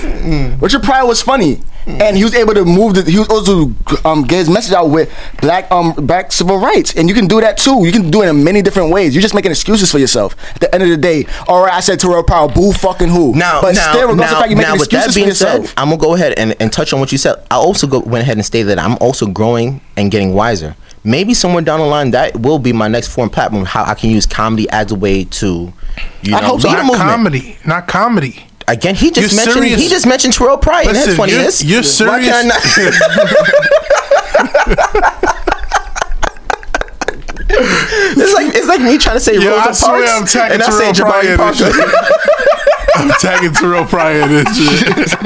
Speaker 3: Richard Pryor was funny, and he was able to move. The, he was also um, get his message out with black um black civil rights, and you can do that too. You can do it in many different ways. You're just making excuses for yourself. At the end of the day, all right, I said Terrell Pryor, boo fucking who?
Speaker 5: Now,
Speaker 3: but
Speaker 5: now,
Speaker 3: still, regardless of
Speaker 5: now,
Speaker 3: the fact, you're
Speaker 5: now,
Speaker 3: making
Speaker 5: with that
Speaker 3: excuses for
Speaker 5: being
Speaker 3: yourself.
Speaker 5: said, I'm gonna go ahead and, and touch on what you said. I also go, went ahead and stated that I'm also growing and getting wiser. Maybe somewhere down the line, that will be my next form platform. How I can use comedy as a way to, you know,
Speaker 3: I hope so.
Speaker 5: lead a
Speaker 3: Not
Speaker 4: Not
Speaker 5: movement.
Speaker 4: comedy. Not comedy.
Speaker 5: Again, he just
Speaker 4: You're
Speaker 5: mentioned
Speaker 4: serious.
Speaker 5: he just mentioned Terrell Pryor. and That's
Speaker 4: Listen,
Speaker 5: funny.
Speaker 4: you're-
Speaker 5: This
Speaker 4: you're
Speaker 5: Why can I
Speaker 4: serious?
Speaker 5: not-
Speaker 4: [LAUGHS]
Speaker 5: it's like it's like me trying to say
Speaker 4: Yo,
Speaker 5: Rosa
Speaker 4: I
Speaker 5: Parks
Speaker 4: swear I'm tagging
Speaker 5: and I say
Speaker 4: Terrell Pryor
Speaker 5: Jabari
Speaker 4: in this
Speaker 5: Parker.
Speaker 4: shit. I'm tagging Terrell Pryor in this shit.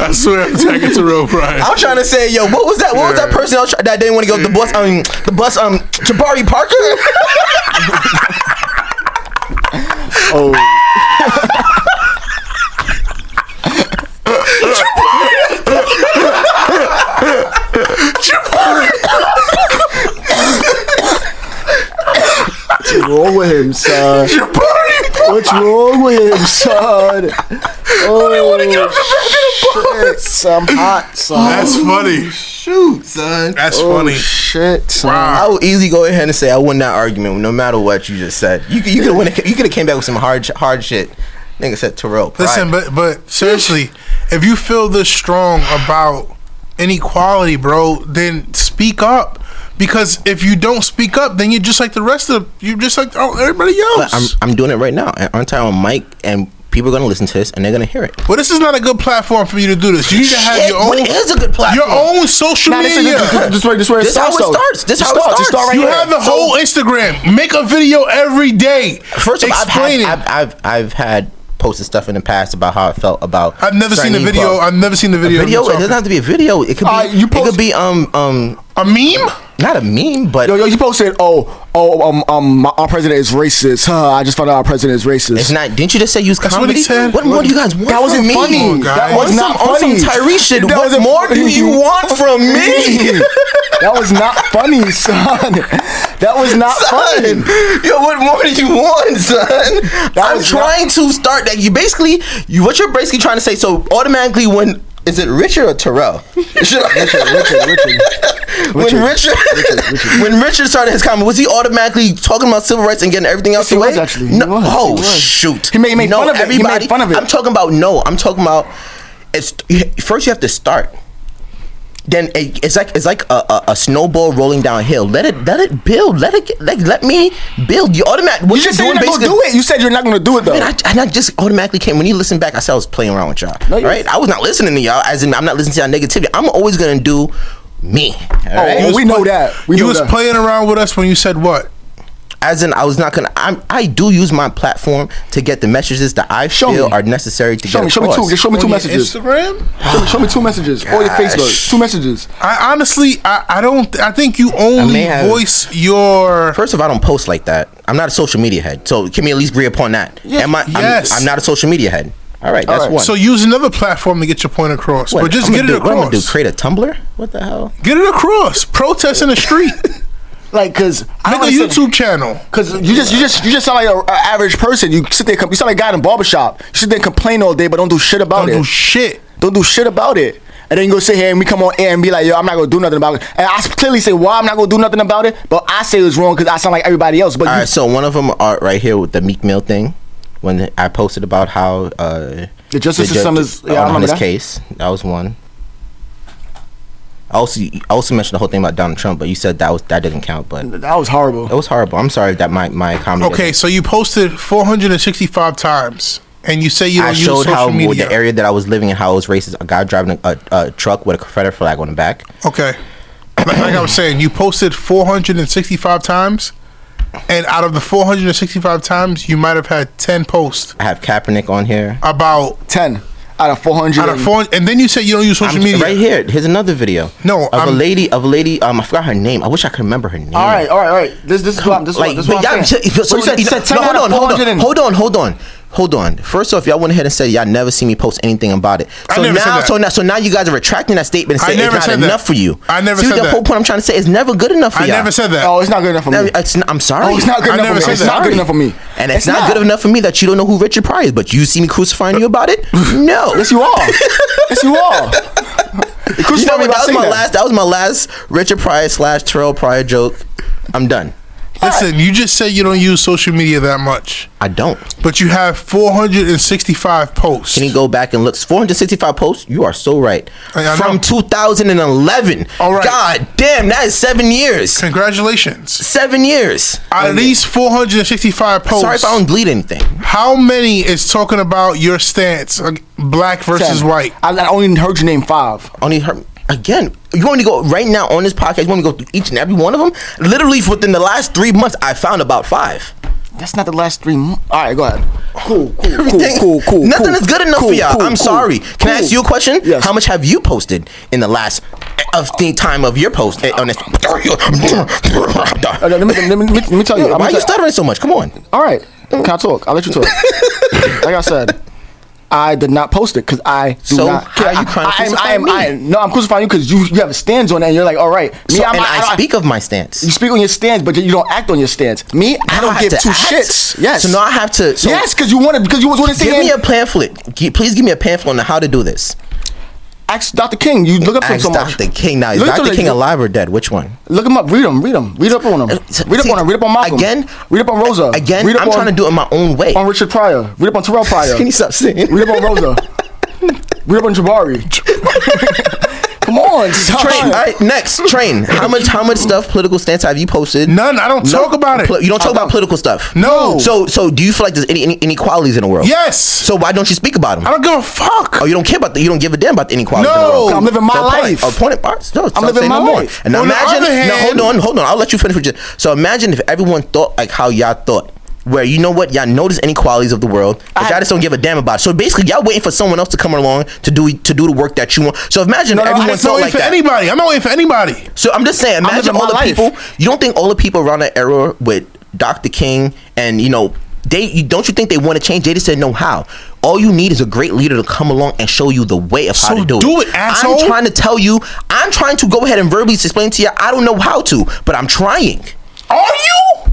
Speaker 4: I swear I'm tagging Terrell Pryor.
Speaker 3: [LAUGHS]
Speaker 5: I'm trying to say, yo, what was that? What was that person else that didn't want to go? The bus, um, the bus, um, Jabari
Speaker 4: [LAUGHS]
Speaker 5: Parker.
Speaker 3: oh, what's wrong with him, [LAUGHS] son? What's wrong with him, [LAUGHS] son? Oh, shit, son. I'm hot, son.
Speaker 4: That's funny.
Speaker 5: Shoot, son.
Speaker 4: That's
Speaker 3: Oh,
Speaker 4: funny.
Speaker 3: shit, son.
Speaker 4: Wow.
Speaker 5: I will easily go ahead and say I won that argument, no matter what you just said. You could, you could win. You could have came back with some hard, sh- hard shit. Nigga said Terrell. Pryor.
Speaker 4: Listen, but but seriously, if you feel this strong about inequality, bro, then speak up. Because if you don't speak up, then you're just like the rest of you're just like oh, everybody
Speaker 5: But
Speaker 4: else.
Speaker 5: I'm, I'm doing it right now, and aren't I on mic? And people are gonna listen to this, and they're gonna hear it.
Speaker 4: well, this is not a good platform for you to do this. You need to have
Speaker 5: Shit,
Speaker 4: your own.
Speaker 5: what is a good platform?
Speaker 4: Your own social
Speaker 3: Nah, this is-
Speaker 4: media.
Speaker 3: this- this- this where- this where it
Speaker 5: This how
Speaker 3: starts.
Speaker 5: it
Speaker 3: though.
Speaker 5: starts. This how it
Speaker 3: You
Speaker 5: starts.
Speaker 3: start right
Speaker 4: you
Speaker 3: here.
Speaker 4: have the whole Instagram. Make a video every day.
Speaker 5: First of all, I've had,
Speaker 4: Explain it.
Speaker 5: I've, I've, I've had posted stuff in the past about how I felt about.
Speaker 4: I've never seen
Speaker 5: certain
Speaker 4: the video.
Speaker 5: people.
Speaker 4: I've never seen the video. of
Speaker 5: video.
Speaker 4: you
Speaker 5: It doesn't have to be a video. It could be.
Speaker 3: Uh, you
Speaker 5: it
Speaker 3: post-
Speaker 5: could be um um
Speaker 4: talking. a meme.
Speaker 5: not a meme, but
Speaker 3: Yo, yo, you posted, oh, oh, um, um, my, our president is racist. Huh, I just found out our president is racist.
Speaker 5: it's not. Didn't you just say use
Speaker 4: what
Speaker 5: comedy?
Speaker 4: he said.
Speaker 5: What more do you guys want?
Speaker 3: That wasn't
Speaker 5: from me?
Speaker 3: funny.
Speaker 4: on, guys.
Speaker 3: that
Speaker 4: On
Speaker 3: was
Speaker 5: some-
Speaker 3: not
Speaker 5: on
Speaker 3: funny.
Speaker 5: some Tyrese shit,
Speaker 3: That
Speaker 5: what
Speaker 3: wasn't
Speaker 5: more do
Speaker 3: funny.
Speaker 5: you want from me?
Speaker 3: that was not funny, son. That was not
Speaker 5: [LAUGHS] son.
Speaker 3: funny.
Speaker 5: Yo, what more do you want, son?
Speaker 3: That
Speaker 5: I'm
Speaker 3: was
Speaker 5: trying to start that. You basically, you what you're basically trying to say. So automatically, when is it Richard or Terrell? [LAUGHS] Should I-
Speaker 3: Richard, Richard.
Speaker 5: when Richard, [LAUGHS] when Richard started his comment, was he automatically talking about civil rights and getting everything else
Speaker 3: he
Speaker 5: away?
Speaker 3: was, actually. He
Speaker 5: No,
Speaker 3: was.
Speaker 5: oh
Speaker 3: He was.
Speaker 5: shoot!
Speaker 3: He made- he made
Speaker 5: no,
Speaker 3: fun of it. He made
Speaker 5: everybody-
Speaker 3: fun of it.
Speaker 5: I'm talking about no. I'm talking about it's first you have to start. Then it, it's like it's like a, a, a snowball rolling downhill. Let it let it build. Let it get, like let me build. You automatic. What
Speaker 3: You just said you're
Speaker 5: doing
Speaker 3: not gonna
Speaker 5: basically-
Speaker 3: do it. You said you're not gonna do it though.
Speaker 5: Man, I, and I just automatically came. When you listen back, I said I was playing around with y'all.
Speaker 3: No,
Speaker 5: all
Speaker 3: you-
Speaker 5: right, I was not listening to y'all. As in, I'm not listening to y'all negativity. I'm always gonna do me. all
Speaker 3: Oh,
Speaker 5: right?
Speaker 3: well, we know that. We
Speaker 4: you
Speaker 3: know
Speaker 4: was
Speaker 3: that.
Speaker 4: playing around with us when you said what?
Speaker 5: As in, I was not gonna. I'm, I do use my platform to get the messages that I
Speaker 3: Show
Speaker 5: feel
Speaker 3: me.
Speaker 5: are necessary to
Speaker 3: show
Speaker 5: get
Speaker 3: me, show me
Speaker 5: across.
Speaker 3: two. Just show me two
Speaker 4: On your
Speaker 3: messages.
Speaker 4: Instagram.
Speaker 3: Show me, show me two messages. Or your Facebook. Two messages.
Speaker 4: I honestly, I, I don't. I think you
Speaker 5: may
Speaker 4: only
Speaker 5: have-
Speaker 4: voice your.
Speaker 5: First of all, I don't post like that. I'm not a social media head. So can we at least agree upon that?
Speaker 3: Yes.
Speaker 5: Am I? I'm-
Speaker 4: Yes.
Speaker 5: I'm, not a social media head. All right, that's
Speaker 3: right.
Speaker 5: one.
Speaker 4: So use another platform to get your point across,
Speaker 5: What,
Speaker 4: but just
Speaker 5: I'm
Speaker 4: get
Speaker 5: gonna
Speaker 4: it
Speaker 5: do- What I'm gonna do?
Speaker 4: across.
Speaker 5: Create a Tumblr? What the hell?
Speaker 4: Get it across. Protest in the
Speaker 5: [LAUGHS]
Speaker 4: street.
Speaker 3: Like, cause I
Speaker 4: Make a
Speaker 3: don't understand-
Speaker 4: YouTube channel.
Speaker 3: Cause you just you just you just sound like an average person. You sit there, com- you sound like a guy in a barbershop. You sit there and complain all day, but don't do shit about
Speaker 4: Don't
Speaker 3: it.
Speaker 4: do shit.
Speaker 3: don't do shit about it. And then you go sit here and we come on air and be like, yo, I'm not gonna do nothing about it. And I clearly say why I'm not gonna do nothing about it, but I say it's wrong because I sound like everybody else. But
Speaker 5: All
Speaker 3: you,
Speaker 5: right, so one of them are right here with the Meek Mill thing when I posted about how uh,
Speaker 3: The justice system is- yeah, I
Speaker 5: on
Speaker 3: remember
Speaker 5: his
Speaker 3: that.
Speaker 5: case. That was one. I also I also mentioned the whole thing about Donald Trump, but you said that was that didn't count. But it
Speaker 3: that was horrible.
Speaker 5: was horrible. I'm sorry that my my comment.
Speaker 4: Okay, so you posted 465 times, and you say you don't
Speaker 5: I
Speaker 4: use
Speaker 5: showed
Speaker 4: social
Speaker 5: how with
Speaker 4: media.
Speaker 5: the area that I was living in how it was racist. A guy driving a, a, a truck with a Confederate flag on the back.
Speaker 4: Okay, like, like I was saying, you posted 465 times, and out of the 465 times, you might have had 10 posts
Speaker 5: I have Kaepernick on here.
Speaker 4: about
Speaker 3: Ten out of four hundred.
Speaker 4: out of 400, and then you said you don't use social
Speaker 5: I'm-
Speaker 4: media.
Speaker 5: right here. Here's another video.
Speaker 4: No,
Speaker 5: of a
Speaker 4: I'm-
Speaker 5: lady. Of a lady. Um, I forgot her name. I wish I could remember her name.
Speaker 3: All right, all right, all right. This this is what I'm this is what,
Speaker 5: like,
Speaker 3: this is
Speaker 5: but
Speaker 3: what
Speaker 5: y'all,
Speaker 3: I'm
Speaker 5: so,
Speaker 3: saying. But
Speaker 5: so,
Speaker 3: you
Speaker 5: so,
Speaker 3: said 10
Speaker 5: no,
Speaker 3: out
Speaker 5: hold
Speaker 3: of
Speaker 5: on, hold
Speaker 3: 400
Speaker 5: on,
Speaker 3: and-
Speaker 5: hold on, hold on, hold on. First off, y'all went ahead and said y'all never see me post anything about it.
Speaker 4: I
Speaker 5: So
Speaker 4: never
Speaker 5: now,
Speaker 4: said that.
Speaker 5: so now, so now you guys are retracting that statement and
Speaker 4: I
Speaker 5: saying it's
Speaker 4: never
Speaker 5: not
Speaker 4: said that.
Speaker 5: enough for you.
Speaker 4: I never
Speaker 5: see,
Speaker 4: said
Speaker 5: the
Speaker 4: that.
Speaker 5: whole point I'm trying to say is never good enough for
Speaker 4: I
Speaker 5: y'all.
Speaker 4: never said that.
Speaker 3: Oh, it's not good enough for
Speaker 5: No,
Speaker 3: me.
Speaker 5: it's n- I'm sorry.
Speaker 3: Oh, it's not good
Speaker 4: I
Speaker 3: enough for
Speaker 4: never
Speaker 3: me.
Speaker 4: said
Speaker 3: It's
Speaker 4: that.
Speaker 3: not good enough for me.
Speaker 5: And it's, not, good enough for me that you don't know who Richard Pryor is, but you see me crucifying you about
Speaker 3: [LAUGHS]
Speaker 5: it? No.
Speaker 3: Yes, you
Speaker 5: [LAUGHS]
Speaker 3: are. yes, you are.
Speaker 5: You know
Speaker 3: Crucify me
Speaker 5: what?
Speaker 3: by
Speaker 5: That was
Speaker 3: saying
Speaker 5: my last. That was my last Richard Pryor slash Terrell Pryor joke. I'm done.
Speaker 4: Listen, you just said you don't use social media that much,
Speaker 5: I don't.
Speaker 4: but you have 465 posts.
Speaker 5: Can you go back and look? 465 posts. You are so right.
Speaker 4: I- I
Speaker 5: From
Speaker 4: know.
Speaker 5: 2011.
Speaker 4: All right.
Speaker 5: God damn, that is seven years.
Speaker 4: Congratulations.
Speaker 5: Seven years.
Speaker 4: At least 465 posts.
Speaker 5: Sorry if I don't delete anything.
Speaker 4: How many is talking about your stance, like black versus
Speaker 3: Ten.
Speaker 4: white?
Speaker 3: I, I only heard your name five.
Speaker 5: Only her. Again, you want me to go right now on this podcast? You want me to go through each and every one of them? Literally within the last three months, I found about five.
Speaker 3: That's not the last three. Mo- All right, go ahead. Cool, cool,
Speaker 5: Everything-
Speaker 3: cool, cool, cool.
Speaker 5: Nothing
Speaker 3: cool,
Speaker 5: is good enough
Speaker 3: cool,
Speaker 5: for y'all.
Speaker 3: cool,
Speaker 5: I'm
Speaker 3: cool,
Speaker 5: sorry. Can I
Speaker 3: cool.
Speaker 5: ask you a question?
Speaker 3: Yes.
Speaker 5: How much have you posted in the last of the time of your post eh, on this?
Speaker 3: Uh, let, me, let, me, let, me, let me tell you. I'm
Speaker 5: Why
Speaker 3: gonna
Speaker 5: are you
Speaker 3: tell-
Speaker 5: stuttering so much? Come on.
Speaker 3: All right, can I talk? I'll let
Speaker 5: [LAUGHS]
Speaker 3: you talk. like I said, I did not post it because I do
Speaker 5: So,
Speaker 3: not.
Speaker 5: how
Speaker 3: I,
Speaker 5: you trying to
Speaker 3: I, am-
Speaker 5: crucify
Speaker 3: I am,
Speaker 5: me?
Speaker 3: I am, no, I'm crucifying you because you, you have a stance on it and you're like, all right. Me,
Speaker 5: So,
Speaker 3: I'm,
Speaker 5: and
Speaker 3: I-
Speaker 5: I,
Speaker 3: I-
Speaker 5: speak of my
Speaker 3: You
Speaker 5: stance.
Speaker 3: speak on your stance, but you don't act on your stance. Me, I
Speaker 5: Now
Speaker 3: don't
Speaker 5: have
Speaker 3: give
Speaker 5: to
Speaker 3: two
Speaker 5: act.
Speaker 3: shits. Yes.
Speaker 5: So now I have to. So
Speaker 3: yes, because you wanted because you was want to
Speaker 5: Give
Speaker 3: say
Speaker 5: me a pamphlet. G- Please give me a pamphlet on how to do this.
Speaker 3: ask Dr. King. You look up to him
Speaker 5: Ask
Speaker 3: so much.
Speaker 5: Dr. King now. Is
Speaker 3: Look up to
Speaker 5: Dr.
Speaker 3: him.
Speaker 5: King alive or dead? Which one?
Speaker 3: Look him up. Read him. Read him. Read up on him. Read up
Speaker 5: See,
Speaker 3: on him. Read up on Malcolm.
Speaker 5: Again?
Speaker 3: Read up on Rosa.
Speaker 5: Again?
Speaker 3: Read up
Speaker 5: I'm
Speaker 3: on-
Speaker 5: trying to do it my own way.
Speaker 3: on Richard Pryor. Read up on
Speaker 5: [LAUGHS]
Speaker 3: Terrell Pryor.
Speaker 5: Can you stop saying?
Speaker 3: Read up on Rosa. Read up on Jabari. Come on, stop.
Speaker 5: [LAUGHS] Train. All right, next train. How much? How much stuff? Political stance have you posted?
Speaker 4: None. I don't talk about it.
Speaker 5: Poli- You don't talk about political stuff.
Speaker 4: No.
Speaker 5: So, so do you feel like there's any, any inequalities in the world?
Speaker 4: Yes.
Speaker 5: So why don't you speak about them?
Speaker 4: I don't give a fuck.
Speaker 5: Oh, you don't care about the, you don't give a damn about the inequality.
Speaker 4: No.
Speaker 5: in the world.
Speaker 4: I'm
Speaker 3: living my
Speaker 5: so
Speaker 3: life.
Speaker 5: Point, oh, point, all right, no, so I'm
Speaker 3: living
Speaker 5: saying
Speaker 3: my
Speaker 5: no more.
Speaker 3: life.
Speaker 5: And now
Speaker 4: On the
Speaker 5: imagine.
Speaker 4: other
Speaker 5: now
Speaker 4: hand-
Speaker 5: hold on, hold on. I'll let you finish. With you. So imagine if everyone thought like how y'all thought. Where you know what y'all notice inequalities of the world, but y'all just don't give a damn about. It. So basically, y'all waiting for someone else to come along to do to do the work that you want. So imagine
Speaker 4: No, I'm
Speaker 5: everyone
Speaker 4: not
Speaker 5: thought
Speaker 4: waiting
Speaker 5: like
Speaker 4: for
Speaker 5: that.
Speaker 4: anybody. I'm not waiting for anybody.
Speaker 5: So I'm just saying, imagine
Speaker 3: living my
Speaker 5: all the
Speaker 3: life.
Speaker 5: people. You don't think all the people around that era with Dr. King and you know they you, don't you think they want to change? They just said no how. All you need is a great leader to come along and show you the way of how
Speaker 4: So
Speaker 5: to do,
Speaker 4: do it, asshole.
Speaker 5: I'm trying to tell you. I'm trying to go ahead and verbally explain to you. I don't know how to, but I'm trying.
Speaker 4: Are you?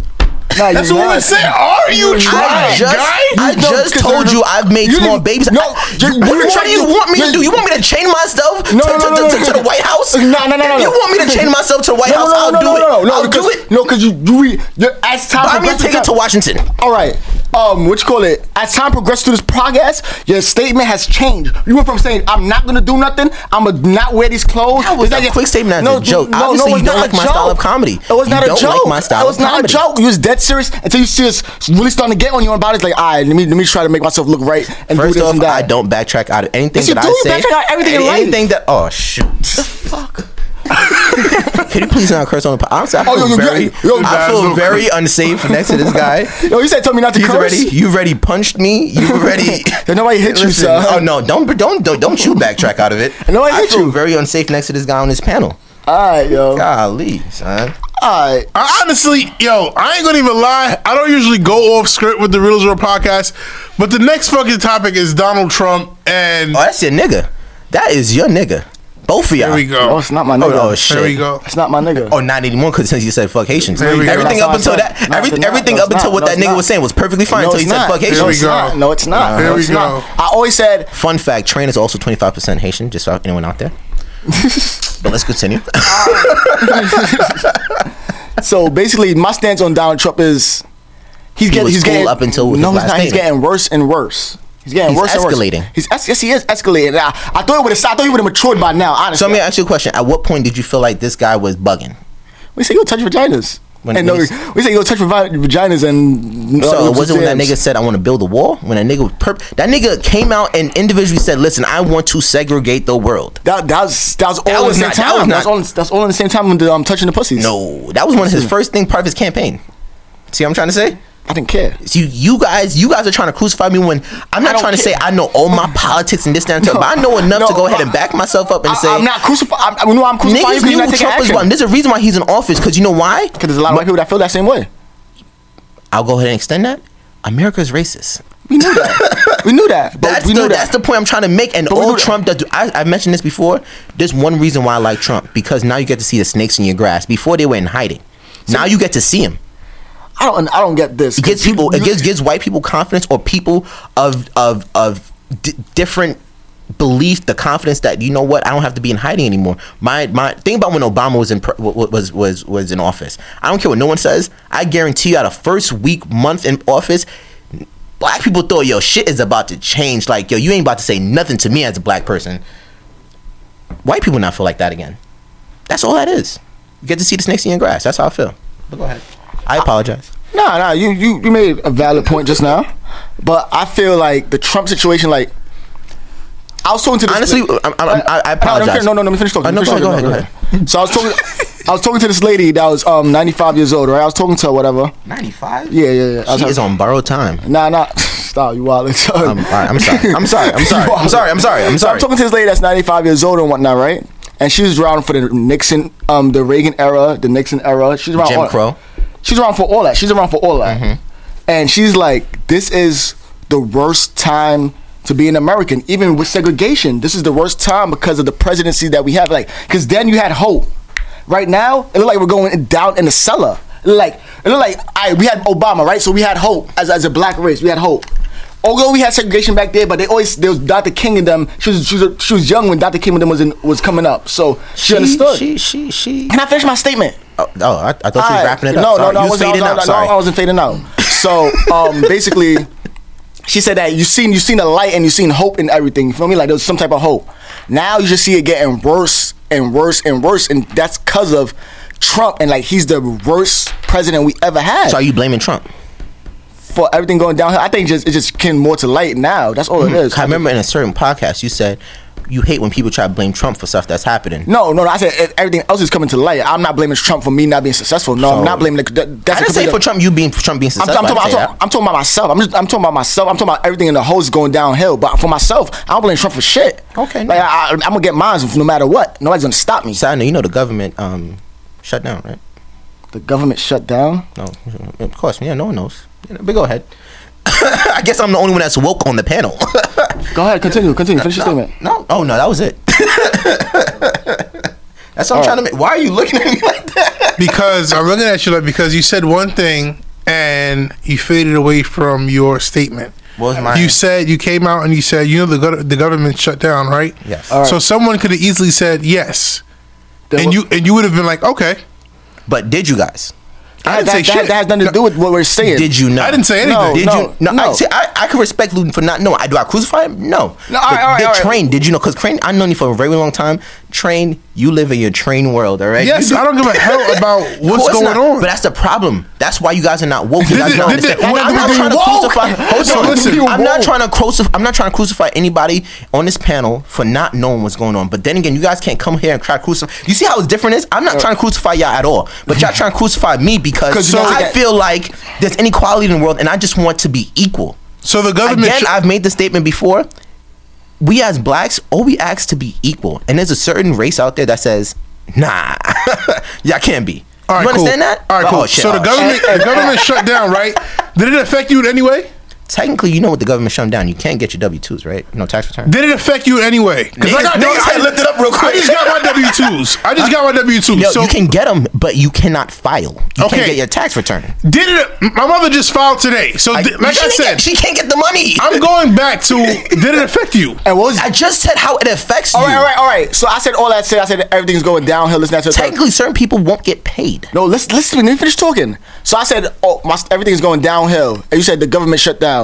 Speaker 3: Nah,
Speaker 4: That's
Speaker 3: you're
Speaker 4: what
Speaker 3: not.
Speaker 4: women say. Are you
Speaker 5: I
Speaker 4: trying,
Speaker 5: just,
Speaker 4: guy?
Speaker 5: I
Speaker 3: You don't
Speaker 5: just
Speaker 3: consider
Speaker 5: told
Speaker 3: the-
Speaker 5: you I've made
Speaker 3: you
Speaker 5: small
Speaker 3: didn't-
Speaker 5: babies.
Speaker 3: no,
Speaker 5: I-
Speaker 3: you-
Speaker 5: what
Speaker 3: you
Speaker 5: what do you
Speaker 3: tried-
Speaker 5: want me to
Speaker 3: you-
Speaker 5: do? You want me to chain myself
Speaker 3: No, no,
Speaker 5: to, to,
Speaker 3: no, no,
Speaker 5: to-
Speaker 3: no.
Speaker 5: to the White House?
Speaker 3: No, no, no, no,
Speaker 5: If
Speaker 3: no.
Speaker 5: you want me to chain myself to the White House, I'll do it. I'll do
Speaker 3: because,
Speaker 5: it.
Speaker 3: No, because you, you re, you- as time
Speaker 5: Buy me a
Speaker 3: progresses-
Speaker 5: ticket to Washington.
Speaker 3: All right. Um, what you call it? As time progressed through this podcast, your statement has changed. You went from saying I'm not gonna do nothing, I'm gonna not wear these clothes.
Speaker 5: That was
Speaker 3: It's not
Speaker 5: a
Speaker 3: your-
Speaker 5: quick statement as a
Speaker 3: dude,
Speaker 5: joke. Obviously,
Speaker 3: it's
Speaker 5: you don't
Speaker 3: not
Speaker 5: like
Speaker 3: a
Speaker 5: my
Speaker 3: joke.
Speaker 5: style of comedy.
Speaker 3: It was
Speaker 5: You
Speaker 3: not a
Speaker 5: don't like
Speaker 3: joke.
Speaker 5: my style
Speaker 3: it was
Speaker 5: of
Speaker 3: not
Speaker 5: comedy.
Speaker 3: a joke. You was dead serious until you serious really starting to get on your own body. It's like, all right, let me let me try to make myself look right and do
Speaker 5: First
Speaker 3: this
Speaker 5: off,
Speaker 3: and that.
Speaker 5: I don't backtrack out of anything
Speaker 3: Yes, you
Speaker 5: that
Speaker 3: do.
Speaker 5: I
Speaker 3: You
Speaker 5: say.
Speaker 3: backtrack out everything in life.
Speaker 5: Anything that oh shoot. The fuck. [LAUGHS] Can you please not curse on the po- I'm sorry. I
Speaker 3: Oh,
Speaker 5: feel
Speaker 3: yo, yo, yo,
Speaker 5: very,
Speaker 3: yo,
Speaker 5: I
Speaker 3: guys,
Speaker 5: feel
Speaker 3: look.
Speaker 5: very unsafe next to this guy.
Speaker 3: [LAUGHS] Yo, you said tell me not to
Speaker 5: He's
Speaker 3: curse.
Speaker 5: already. You already punched
Speaker 3: [LAUGHS]
Speaker 5: me. You already.
Speaker 3: And nobody hit you,
Speaker 5: Listen,
Speaker 3: sir.
Speaker 5: Oh no! Don't don't don't don't you backtrack out of it.
Speaker 3: And [LAUGHS] nobody
Speaker 5: I
Speaker 3: hit
Speaker 5: feel
Speaker 3: you.
Speaker 5: very unsafe next to this guy on this panel.
Speaker 3: All right, yo.
Speaker 5: Golly, son.
Speaker 3: All right.
Speaker 4: I honestly, yo, I ain't gonna even lie. I don't usually go off script with the Real Zero podcast, but the next fucking topic is Donald Trump, and
Speaker 5: Oh, that's your nigga. That is your nigga. Both of y'all.
Speaker 4: there we
Speaker 3: Oh,
Speaker 4: go.
Speaker 3: it's not my
Speaker 5: Oh,
Speaker 3: nigga.
Speaker 5: oh, shit.
Speaker 4: There we go.
Speaker 3: It's not my nigga.
Speaker 5: Oh, not anymore because since you said fuck Haitians.
Speaker 4: There we go.
Speaker 5: Everything up
Speaker 3: That's
Speaker 5: until
Speaker 3: what I'm
Speaker 5: that,
Speaker 3: saying. No,
Speaker 5: every,
Speaker 3: it's not.
Speaker 5: everything
Speaker 3: No,
Speaker 5: up
Speaker 3: it's
Speaker 5: until
Speaker 3: not.
Speaker 5: what
Speaker 3: No,
Speaker 5: that
Speaker 3: it's
Speaker 5: nigga
Speaker 3: not.
Speaker 5: was saying was perfectly fine
Speaker 3: No,
Speaker 5: until
Speaker 3: it's
Speaker 5: he said
Speaker 3: not. No,
Speaker 5: fuck
Speaker 4: There we
Speaker 5: Haitians.
Speaker 3: it's
Speaker 4: go.
Speaker 3: not. No, it's not.
Speaker 4: There
Speaker 3: no,
Speaker 4: we
Speaker 3: it's
Speaker 4: go.
Speaker 3: not. I always said [LAUGHS]
Speaker 5: Fun fact: Train is also twenty five percent Haitian. Just for anyone out there. but let's continue. [LAUGHS]
Speaker 3: so. Basically, my stance on Donald Trump is he's getting
Speaker 5: was
Speaker 3: he's
Speaker 5: cool
Speaker 3: getting
Speaker 5: up until his
Speaker 3: no, he's
Speaker 5: last
Speaker 3: not. He's
Speaker 5: statement.
Speaker 3: getting worse and worse. He's getting
Speaker 5: He's
Speaker 3: worse and worse.
Speaker 5: escalating.
Speaker 3: He's es- yes, he is escalating. I, I thought it would have. I thought he would have matured by now. Honestly,
Speaker 5: so let me ask you a question: At what point did you feel like this guy was bugging?
Speaker 3: we say you'll touch vaginas.
Speaker 5: When-
Speaker 3: and no,
Speaker 5: when he's-
Speaker 3: we say you'll touch vavi- vaginas and
Speaker 5: So
Speaker 3: uh,
Speaker 5: it wasn't when that
Speaker 3: dams.
Speaker 5: nigga said, "I want to build a wall." When that nigga perp- that nigga came out and individually said, "Listen, I want to segregate the world."
Speaker 3: That, that was that was all
Speaker 5: That
Speaker 3: in
Speaker 5: was
Speaker 3: the same
Speaker 5: not- that was
Speaker 3: time.
Speaker 5: not-
Speaker 3: That's all. That's all in the same time when the, um, touching the pussies.
Speaker 5: No, that was one of his first thing, part of his campaign. See, what I'm trying to say.
Speaker 3: I didn't care.
Speaker 5: So you, you guys, you guys are trying to crucify me when I'm not
Speaker 3: don't
Speaker 5: trying to
Speaker 3: care.
Speaker 5: say I know all my politics and this that, and that, but I know enough
Speaker 3: No,
Speaker 5: to go ahead
Speaker 3: I-
Speaker 5: and back myself up and
Speaker 3: I,
Speaker 5: say
Speaker 3: I'm not crucified. I'm, I know I'm crucifying
Speaker 5: niggas
Speaker 3: you.
Speaker 5: knew
Speaker 3: Because
Speaker 5: Trump was one.
Speaker 3: action.
Speaker 5: There's a reason why he's in office because you know why?
Speaker 3: Because there's a lot of white people that feel that same way.
Speaker 5: I'll go ahead and extend that. America's racist.
Speaker 3: We knew that. we knew that. But
Speaker 5: That's
Speaker 3: we
Speaker 5: the,
Speaker 3: knew that.
Speaker 5: that's the point I'm trying to make. And
Speaker 3: But we
Speaker 5: all
Speaker 3: knew that.
Speaker 5: Trump does, I, I mentioned this before. There's one reason why I like Trump because now you get to see the snakes in your grass. Before they were in hiding. now you get to see them.
Speaker 3: I don't. I don't get this.
Speaker 5: It gives
Speaker 3: 'Cause you-
Speaker 5: people, it
Speaker 3: you-
Speaker 5: gives gives white people confidence or people of of of d- different belief the confidence that you know what I don't have to be in hiding anymore. My my think about when Obama was in pr- wa- wa- was was was in office. I don't care what no one says. I guarantee you, out of first week month in office. Black people thought yo shit is about to change. Like yo, you ain't about to say nothing to me as a black person. White people not feel like that again. That's all that is. You get to see the snakes in your grass. That's how I feel. But go ahead. I apologize.
Speaker 3: Nah, nah. You, you you made a valid point just now, but I feel like the Trump situation, like. I was talking to this
Speaker 5: Honestly, I'm- I'm- I'm- I- I apologize.
Speaker 3: No, no, no, let me finish talking.
Speaker 5: Uh, no,
Speaker 3: Let me
Speaker 5: go
Speaker 3: finish
Speaker 5: ahead,
Speaker 3: talking. So I was talking, I was talking to this lady that was um 95 years old, right? I was talking to her, whatever.
Speaker 5: 95?
Speaker 3: Yeah, yeah, yeah. I was
Speaker 5: She
Speaker 3: having-
Speaker 5: is on borrowed time.
Speaker 3: Nah, nah. [LAUGHS] Stop, you wild. [LAUGHS]
Speaker 5: I'm, I'm sorry. I'm sorry. I'm sorry. I'm sorry. I'm sorry. I'm
Speaker 3: So I'm
Speaker 5: sorry.
Speaker 3: talking to this lady that's 95 years old and whatnot, right? And she was around for the Nixon, um, the Reagan era, the Nixon era. She's around
Speaker 5: Jim
Speaker 3: all-
Speaker 5: Crow.
Speaker 3: She's around for all that. She's around for all that. And she's like, this is the worst time to be an American, even with segregation. This is the worst time because of the presidency that we have. Like, because then you had hope. Right now, it looked like we're going down in the cellar. It looked like it looked like I we had Obama, right? So we had hope as, as a black race. We had hope although we had segregation back there, but they always there was Dr. King and them. She was she was, she was young when Dr. King and them was in, was coming up, so she, understood.
Speaker 5: She, she, she.
Speaker 3: Can I finish my statement?
Speaker 5: Oh, oh, I, I thought she was
Speaker 3: Alright.
Speaker 5: wrapping it up.
Speaker 3: No,
Speaker 5: sorry.
Speaker 3: no, no,
Speaker 5: You
Speaker 3: I
Speaker 5: was
Speaker 3: wasn't, I
Speaker 5: fading
Speaker 3: was-
Speaker 5: out.
Speaker 3: no,
Speaker 5: Sorry.
Speaker 3: I wasn't fading out.
Speaker 5: [LAUGHS]
Speaker 3: So um, basically, she said that you seen you seen a light and you seen hope in everything. You feel me? Like there was some type of hope. Now you just see it getting worse and worse and worse, and that's because of Trump and like he's the worst president we ever had
Speaker 5: So are you blaming Trump?
Speaker 3: for everything going downhill. I think just it just came more to light now. That's all it is.
Speaker 5: I remember in a certain podcast you said you hate when people try to blame Trump for stuff that's happening.
Speaker 3: No, no, no. I said eh, everything else is coming to light. I'm not blaming Trump for me not being successful. No,
Speaker 5: So-
Speaker 3: I'm not blaming. The, that, that's a
Speaker 5: I didn't say
Speaker 3: complete-
Speaker 5: for Trump you being Trump being
Speaker 3: I'm,
Speaker 5: successful.
Speaker 3: I'm, talking,
Speaker 5: I
Speaker 3: I'm,
Speaker 5: didn't say
Speaker 3: talking,
Speaker 5: that.
Speaker 3: I'm talking about myself. I'm just. I'm talking about myself. I'm talking about everything in the whole is going downhill. But for myself, I don't blame Trump for shit.
Speaker 5: Okay.
Speaker 3: Like I, I, I'm gonna get mine no matter what. Nobody's gonna stop me.
Speaker 5: So I know you know the government um shut down, right?
Speaker 3: The government shut down.
Speaker 5: No, of course. Yeah, no one knows. Yeah, But go ahead. [LAUGHS] I guess I'm the only one that's woke on the panel. [LAUGHS]
Speaker 3: Go ahead. Continue. Continue. Finish your statement.
Speaker 5: No. Oh no, that was it. [LAUGHS] That's what I'm trying to make. Why are you looking at me like that?
Speaker 4: because I'm looking at you like because you said one thing and you faded away from your statement.
Speaker 5: What was my-
Speaker 4: You said you came out and you said you know the gov- the government shut down, right?
Speaker 5: Yes.
Speaker 3: All right.
Speaker 4: So someone could have easily said yes,
Speaker 3: That
Speaker 4: and
Speaker 3: was-
Speaker 4: you and you would have been like, okay,
Speaker 5: But did you guys?
Speaker 4: I
Speaker 3: that,
Speaker 4: didn't say
Speaker 3: that,
Speaker 4: shit.
Speaker 3: that has nothing to do with what we're saying.
Speaker 5: Did you know?
Speaker 4: I didn't say anything.
Speaker 3: No,
Speaker 5: Did
Speaker 3: no,
Speaker 5: you? No,
Speaker 3: no.
Speaker 5: I, see, I, I can respect Luton for not knowing. I do. I crucify him. No.
Speaker 3: No, all
Speaker 5: But
Speaker 3: right, all right,
Speaker 5: Dick
Speaker 3: all right.
Speaker 5: Train. Did you know? Because Train, I've known you for a very long time. Train, you live in your train world. All right.
Speaker 4: Yes,
Speaker 5: You
Speaker 4: I don't give a
Speaker 5: [LAUGHS]
Speaker 4: hell about
Speaker 5: Of
Speaker 4: what's
Speaker 5: course
Speaker 4: going
Speaker 5: not.
Speaker 4: on.
Speaker 5: But that's the problem. That's why you guys are not woke. You
Speaker 4: Did
Speaker 5: guys
Speaker 4: it-
Speaker 5: don't
Speaker 4: did it-
Speaker 5: understand.
Speaker 4: what-
Speaker 5: I'm not
Speaker 4: did
Speaker 5: trying to
Speaker 4: it woke?
Speaker 5: crucify. Hold
Speaker 4: So
Speaker 5: on.
Speaker 4: listen.
Speaker 5: I'm not trying to crucify. I'm not trying to crucify anybody on this panel for not knowing what's going on. But then again, you guys can't come here and try to crucify. You see how it's different is? I'm
Speaker 4: Uh,
Speaker 5: not trying to crucify y'all at all. But
Speaker 4: [LAUGHS]
Speaker 5: y'all trying to crucify me because
Speaker 3: 'Cause you
Speaker 5: so
Speaker 3: know
Speaker 5: I
Speaker 3: that-
Speaker 5: feel like there's inequality in the world, and I just want to be equal.
Speaker 4: So the government.
Speaker 5: Again,
Speaker 4: sh-
Speaker 5: I've made the statement before. We as blacks, all we ask to be equal, and there's a certain race out there that says, "Nah, [LAUGHS] y'all can't be."
Speaker 4: All right,
Speaker 5: you
Speaker 4: cool.
Speaker 5: understand that?
Speaker 4: All right,
Speaker 5: Oh,
Speaker 4: cool.
Speaker 5: shit,
Speaker 4: so the
Speaker 5: oh,
Speaker 4: government,
Speaker 5: shit.
Speaker 4: the government shut down, right? Did it affect you in any way?
Speaker 5: Technically, you know what the government shut down. You can't get your W twos, right? No tax return.
Speaker 4: Did it affect you in any way? Because
Speaker 5: Niggas- niggas had looked it up real
Speaker 4: I
Speaker 5: quick. [LAUGHS]
Speaker 4: just got my W twos. I just got my W twos.
Speaker 5: no,
Speaker 4: so
Speaker 5: you can get them, but you cannot file. You
Speaker 4: Okay.
Speaker 5: can't get your tax return.
Speaker 4: did it? My mother just filed today. So
Speaker 5: I-
Speaker 4: di- like
Speaker 5: she
Speaker 4: I
Speaker 5: didn't
Speaker 4: said,
Speaker 5: get- she can't get the money. i
Speaker 4: I'm going back to. Did it affect you?
Speaker 3: And what was
Speaker 5: just said how it affects
Speaker 3: All
Speaker 5: you.
Speaker 3: right, all right, all right. So I said all that. Said I said everything's going downhill. This, that, that, that.
Speaker 5: Technically, certain people won't get paid.
Speaker 3: No, let's listen. Let me finish talking. So I said, oh, my, everything's going downhill. And you said the government shut down.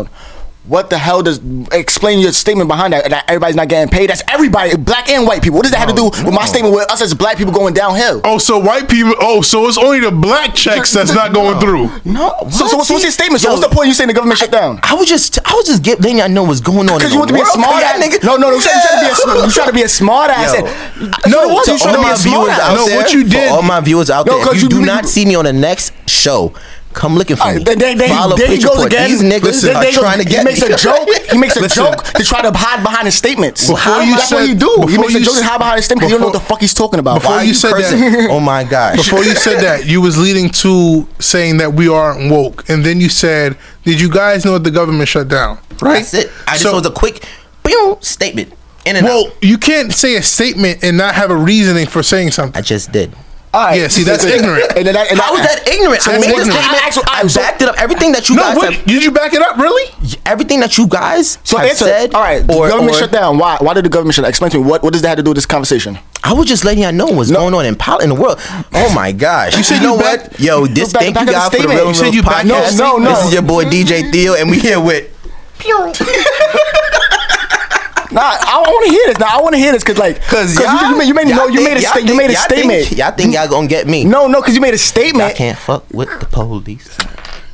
Speaker 3: What the hell does explain your statement behind that? That everybody's not getting paid. That's everybody, black and white people. What does that have to do with my statement with us as black people going downhill?
Speaker 4: Oh, so white people. Oh, so it's only the black checks that's not going through.
Speaker 5: No.
Speaker 3: so, so what's, what's your statement? So what's the point you saying the government shut down?
Speaker 5: I was just, I was just get, letting y'all know what's going on.
Speaker 3: Because
Speaker 5: in
Speaker 3: you want to
Speaker 5: the
Speaker 3: be a
Speaker 5: world, 'cause
Speaker 3: smart
Speaker 5: y'all
Speaker 3: ass.
Speaker 5: niggas-
Speaker 3: No, no, no. You said, you said to be a smart. You try to be a smart ass.
Speaker 5: Yo.
Speaker 3: No,
Speaker 5: No,
Speaker 3: you
Speaker 5: to
Speaker 3: trying
Speaker 5: all
Speaker 3: to be
Speaker 5: my
Speaker 3: a smart
Speaker 5: viewers
Speaker 3: ass.
Speaker 5: out
Speaker 4: No,
Speaker 5: there,
Speaker 4: what you did-
Speaker 5: for all my viewers out
Speaker 3: No,
Speaker 5: there,
Speaker 3: 'cause
Speaker 5: if you,
Speaker 3: you
Speaker 5: do
Speaker 3: do-
Speaker 5: not see me on the next show, come looking for
Speaker 3: All
Speaker 5: me.
Speaker 3: right, They, they, they,
Speaker 5: Follow
Speaker 3: there he
Speaker 5: Pitch
Speaker 3: goes
Speaker 5: Report.
Speaker 3: again.
Speaker 5: These niggas
Speaker 3: Listen,
Speaker 5: are
Speaker 3: there he goes.
Speaker 5: trying to get
Speaker 3: He makes
Speaker 5: me.
Speaker 3: a joke. He makes a
Speaker 4: Listen.
Speaker 3: joke to try to hide behind his statements.
Speaker 4: Before
Speaker 3: How-
Speaker 4: you
Speaker 3: that's
Speaker 4: said-
Speaker 3: what he do. He
Speaker 4: before
Speaker 3: makes a
Speaker 4: you
Speaker 3: joke to
Speaker 4: s-
Speaker 3: hide behind his statement. He don't know what the
Speaker 4: before-
Speaker 3: fuck he's talking about.
Speaker 4: before
Speaker 5: Why
Speaker 3: Why
Speaker 5: are
Speaker 4: you
Speaker 5: you
Speaker 4: said that-
Speaker 5: cursing? Oh my gosh.
Speaker 4: Before you said that, you was leading to saying that we aren't woke, and then you said, "Did you guys know the government shut down?" Right.
Speaker 5: That's it. I just
Speaker 4: So-
Speaker 5: was a quick boom, statement. In and
Speaker 4: Well,
Speaker 5: out.
Speaker 4: you can't say a statement and not have a reasoning for saying something.
Speaker 5: I just did.
Speaker 3: All right.
Speaker 4: Yeah, see,
Speaker 3: [LAUGHS]
Speaker 4: that's ignorant.
Speaker 3: And then that, and
Speaker 5: How is that ignorant? I
Speaker 4: That's
Speaker 5: made a
Speaker 4: ignorant.
Speaker 5: statement.
Speaker 3: I actually-
Speaker 5: I
Speaker 3: I'm so-
Speaker 5: backed it up. Everything that you
Speaker 4: No,
Speaker 5: guys
Speaker 4: wait,
Speaker 5: have,
Speaker 4: did you back it up? Really?
Speaker 5: everything that you guys
Speaker 3: [LAUGHS] So
Speaker 5: have
Speaker 3: answer.
Speaker 5: said.
Speaker 3: all right. The
Speaker 5: or-
Speaker 3: government
Speaker 5: or-
Speaker 3: shut down. Why? Why did the government shut down? Explain to me. What What does that have to do with this conversation?
Speaker 5: I was just letting y'all know what's going on in pol- in the world. Oh my gosh! You
Speaker 4: said you
Speaker 5: know
Speaker 4: back-
Speaker 5: what? Yo, this
Speaker 3: back-
Speaker 5: thank
Speaker 3: back
Speaker 5: you
Speaker 3: up the
Speaker 5: God for the
Speaker 3: statement.
Speaker 5: real
Speaker 3: You
Speaker 5: real
Speaker 3: said you back-
Speaker 5: podcast.
Speaker 3: No, no,
Speaker 5: This
Speaker 3: no.
Speaker 5: is your boy DJ Theo, and we here with.
Speaker 3: Nah, I want to hear this. Now I want to hear this because like
Speaker 5: Cause,
Speaker 3: you-
Speaker 5: y'all-
Speaker 3: you, made- you made
Speaker 5: y'all
Speaker 3: no you
Speaker 5: think-
Speaker 3: made a
Speaker 5: y'all
Speaker 3: sta- you
Speaker 5: think-
Speaker 3: made a
Speaker 5: y'all think-
Speaker 3: statement.
Speaker 5: Y'all think y'all gonna get me?
Speaker 3: No, no, because you made a
Speaker 5: y'all
Speaker 3: statement.
Speaker 5: can't fuck with the police.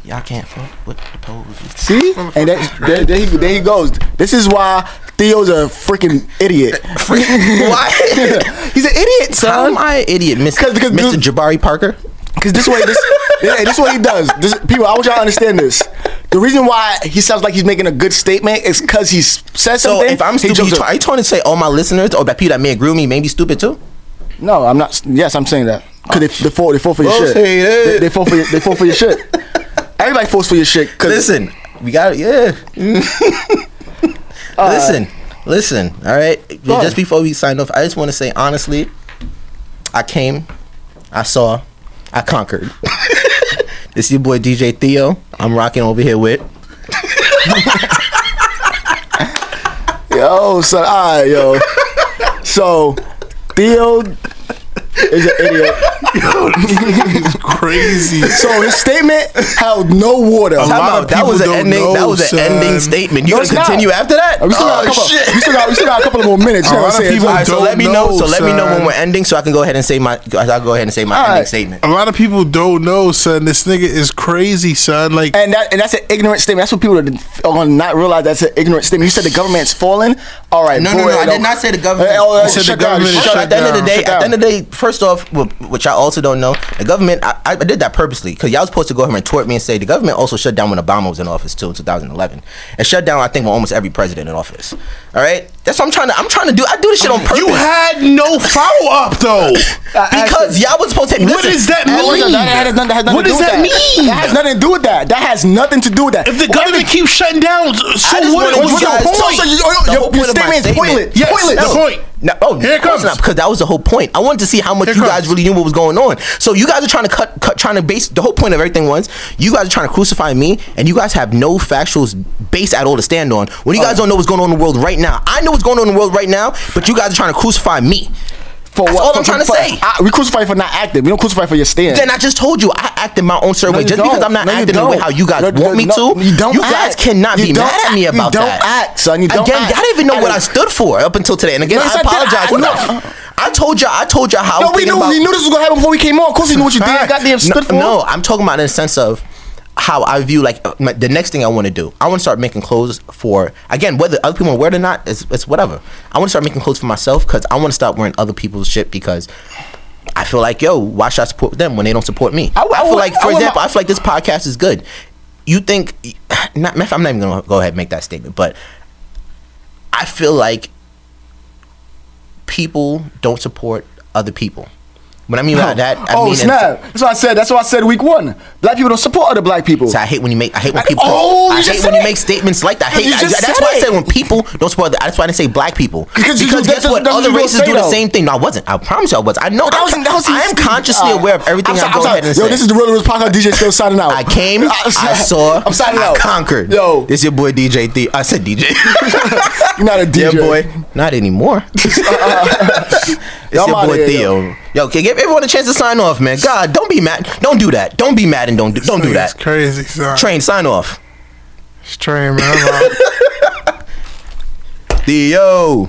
Speaker 5: Y'all can't fuck with the police.
Speaker 3: See, and that, there, there, he, there he goes. This is why Theo's a freaking idiot.
Speaker 5: Why?
Speaker 3: [LAUGHS] He's an idiot,
Speaker 5: How am
Speaker 3: son.
Speaker 5: I an idiot, Mr.
Speaker 3: 'Cause- 'cause
Speaker 5: Mr.
Speaker 3: dude-
Speaker 5: Jabari Parker?
Speaker 3: Because this way, this yeah, this what he does. This, people, I want y'all to understand this. The reason why he sounds like he's making a good statement is because he s- says
Speaker 5: So
Speaker 3: something.
Speaker 5: Oh, if I'm
Speaker 3: he
Speaker 5: stupid,
Speaker 3: jumps
Speaker 5: you
Speaker 3: up.
Speaker 5: try, are you trying to say all my listeners or that people that may agree with me may be stupid too?
Speaker 3: No, I'm not. Yes, I'm saying that because they, they fall. They fall for your
Speaker 5: Don't
Speaker 3: shit.
Speaker 5: say that.
Speaker 3: They, they fall for. Your, they fall for your shit. Everybody falls for your shit. 'cause-
Speaker 5: Listen, we got it.
Speaker 4: [LAUGHS]
Speaker 5: Yeah. listen, listen. All right.
Speaker 3: ahead.
Speaker 5: Just before we sign off, I just want to say honestly, I came, I saw, I conquered. [LAUGHS] this your boy DJ Theo. I'm rocking over here with.
Speaker 3: yo, son. All right, yo. So, Theo is an idiot.
Speaker 4: [LAUGHS] Crazy.
Speaker 3: So his statement held no water.
Speaker 5: Time
Speaker 4: lot
Speaker 5: out,
Speaker 4: of
Speaker 5: that was an
Speaker 4: people don't
Speaker 5: ending.
Speaker 4: know,
Speaker 5: that was an
Speaker 4: son.
Speaker 5: ending statement.
Speaker 3: No,
Speaker 5: You gonna
Speaker 3: it's not.
Speaker 5: continue after that?
Speaker 3: we, still
Speaker 5: Oh,
Speaker 3: got a couple,
Speaker 5: shit.
Speaker 3: we still got we still got a couple of more minutes. You know
Speaker 4: A
Speaker 3: what
Speaker 4: lot
Speaker 3: I'm
Speaker 4: of
Speaker 3: saying?
Speaker 4: people
Speaker 5: All right, so
Speaker 4: don't
Speaker 5: let me know.
Speaker 4: know,
Speaker 5: So let me know when
Speaker 4: son.
Speaker 5: we're ending, so I can go ahead and say my. I'll go ahead and say my
Speaker 3: All
Speaker 5: ending
Speaker 3: right.
Speaker 5: statement.
Speaker 4: A lot of people don't know, son. This nigga is crazy, son. Like,
Speaker 3: and that and that's an ignorant statement. That's what people are going to not realize. That's an ignorant statement. You said the government's falling. All right,
Speaker 5: No, no,
Speaker 3: boy,
Speaker 5: no, I
Speaker 3: don't-
Speaker 5: did not say the government-
Speaker 3: Hey, oh,
Speaker 4: You said the
Speaker 3: shut down,
Speaker 4: government is
Speaker 3: shut
Speaker 5: At the end of the
Speaker 4: down,
Speaker 5: day,
Speaker 3: shut
Speaker 5: at the end
Speaker 3: down.
Speaker 5: of the day, first off, wh- which I also don't know, the government. I, I did that purposely because y'all was supposed to go ahead and tort me and say the government also shut down when Obama was in office too in 2011. It shut down, I think, when almost every president in office. All right, that's what I'm trying to. I'm trying to do. I do this shit on purpose.
Speaker 4: you had
Speaker 5: [LAUGHS]
Speaker 4: no follow up, though.
Speaker 5: because y'all was supposed to.
Speaker 4: What
Speaker 5: listen,
Speaker 4: does that
Speaker 3: That
Speaker 4: mean?
Speaker 3: wasn't- that has nothing- that has nothing
Speaker 4: What
Speaker 3: to do
Speaker 4: does
Speaker 3: with
Speaker 4: that mean?
Speaker 3: That has nothing to do with that. That has nothing to do with that.
Speaker 4: If the government keeps shutting down, so
Speaker 5: I just
Speaker 4: what?
Speaker 5: wanted
Speaker 4: What's
Speaker 5: you guys-
Speaker 4: the
Speaker 3: So,
Speaker 4: point?
Speaker 3: so you-
Speaker 5: The
Speaker 3: your,
Speaker 5: whole
Speaker 3: your
Speaker 5: point of my
Speaker 3: statement is
Speaker 5: statement.
Speaker 3: pointless.
Speaker 4: Yes,
Speaker 3: pointless.
Speaker 4: the point.
Speaker 5: No, oh,
Speaker 4: Here it
Speaker 5: of course
Speaker 4: comes.
Speaker 5: not, because that was the whole point. I wanted to see how much
Speaker 4: Here
Speaker 5: you
Speaker 4: it
Speaker 5: guys
Speaker 4: comes.
Speaker 5: really knew what was going on. So you guys are trying to cut, cut, trying to base the whole point of everything was you guys are trying to crucify me, and you guys have no factual base at all to stand on. When you
Speaker 4: Oh.
Speaker 5: guys don't know what's going on in the world right now, I know what's going on in the world right now, but you guys are trying to crucify me.
Speaker 3: For
Speaker 5: That's
Speaker 3: what?
Speaker 5: all
Speaker 3: For-
Speaker 5: I'm trying to
Speaker 3: for-
Speaker 5: say.
Speaker 3: I- we crucify you for not acting. We don't crucify you for your stand.
Speaker 5: Then I just told you I act in my own certain
Speaker 3: No,
Speaker 5: way.
Speaker 3: you
Speaker 5: Just because
Speaker 3: don't.
Speaker 5: I'm not
Speaker 3: No, you
Speaker 5: acting the way
Speaker 3: don't.
Speaker 5: how you guys
Speaker 3: No,
Speaker 5: want me
Speaker 3: no,
Speaker 5: to,
Speaker 3: you don't
Speaker 5: guys
Speaker 3: act.
Speaker 5: cannot
Speaker 3: You
Speaker 5: be
Speaker 3: don't
Speaker 5: mad at me
Speaker 3: act. You
Speaker 5: about
Speaker 3: don't
Speaker 5: that.
Speaker 3: act, son. You don't
Speaker 5: again,
Speaker 3: act.
Speaker 5: y'all didn't even know
Speaker 3: I
Speaker 5: what I
Speaker 3: don't-
Speaker 5: stood for up until today. And again,
Speaker 3: Yes,
Speaker 5: I
Speaker 3: I did. I
Speaker 5: apologize for
Speaker 3: know.
Speaker 5: that. I told y'all. I told y'all how. I
Speaker 3: no,
Speaker 5: was
Speaker 3: we
Speaker 5: thinking
Speaker 3: knew,
Speaker 5: about-
Speaker 3: we knew this was gonna happen before we came on. Of course, we knew what you did.
Speaker 4: Fact.
Speaker 3: Goddamn, stood for.
Speaker 5: no, no, I'm talking about in the sense of how I view like uh, my, the next thing I want to do. I want to start making clothes for again whether other people wear it or not. It's, it's whatever. I want to start making clothes for myself because I want to stop wearing other people's shit because. I feel like yo, why should I support them when they don't support me? I,
Speaker 3: I- I
Speaker 5: feel
Speaker 3: would-
Speaker 5: like,
Speaker 3: I
Speaker 5: for
Speaker 3: would
Speaker 5: example,
Speaker 3: li-
Speaker 5: I feel like this podcast is good. You think? [SIGHS] Not, matter of fact, I'm not even gonna go ahead and make that statement, but I feel like people don't support other people. When I mean by that, I
Speaker 3: oh
Speaker 5: mean in-
Speaker 3: snap! That's what I said. That's what I said week one. Black people don't support other black people.
Speaker 5: So I hate when you make. I hate when
Speaker 3: I-
Speaker 5: people.
Speaker 3: Oh, you
Speaker 5: I
Speaker 3: just
Speaker 5: hate
Speaker 3: said
Speaker 5: when you
Speaker 3: it.
Speaker 5: make statements like that. I hate,
Speaker 3: You
Speaker 5: I,
Speaker 3: just
Speaker 5: that's
Speaker 3: said
Speaker 5: why I
Speaker 3: it.
Speaker 5: said when people don't support. The, that's why I didn't say black people. Because,
Speaker 3: Because you- that's-
Speaker 5: guess what?
Speaker 3: that's what
Speaker 5: Other
Speaker 3: you gonna
Speaker 5: races
Speaker 3: say,
Speaker 5: do the
Speaker 3: though.
Speaker 5: same thing. No, I wasn't. I promise you, I was. I know. I,
Speaker 3: That wasn't- that was-
Speaker 5: I am consciously
Speaker 3: uh,
Speaker 5: aware of everything.
Speaker 3: I'm
Speaker 5: i
Speaker 3: sorry,
Speaker 5: go
Speaker 3: I'm sorry.
Speaker 5: ahead and
Speaker 3: Yo,
Speaker 5: say.
Speaker 3: this is the real Rivers podcast. DJ still signing out.
Speaker 5: I came.
Speaker 3: [LAUGHS] I'm
Speaker 5: I
Speaker 3: sorry.
Speaker 5: saw.
Speaker 3: I'm signing
Speaker 5: I
Speaker 3: out.
Speaker 5: Conquered.
Speaker 3: Yo.
Speaker 5: this your boy DJ. Th- I said
Speaker 3: [LAUGHS]
Speaker 5: [LAUGHS] DJ.
Speaker 3: You're not a
Speaker 5: Yeah,
Speaker 3: DJ. [LAUGHS]
Speaker 5: boy. Not anymore. it's
Speaker 3: Y'all
Speaker 5: your
Speaker 3: outta
Speaker 5: boy
Speaker 3: here,
Speaker 5: Theo. Yo. okay, give everyone a chance to sign off, man. God, don't be mad. Don't do that. Don't be mad and don't do, don't do
Speaker 4: It's
Speaker 5: that.
Speaker 4: crazy. Son.
Speaker 5: Train, sign off.
Speaker 4: It's train, man. I'm
Speaker 5: [LAUGHS]
Speaker 4: out.
Speaker 5: Theo.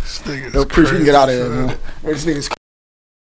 Speaker 4: This nigga's
Speaker 3: Yo, Preach, we can
Speaker 4: crazy,
Speaker 3: get out of here,
Speaker 4: son.
Speaker 3: man. This nigga's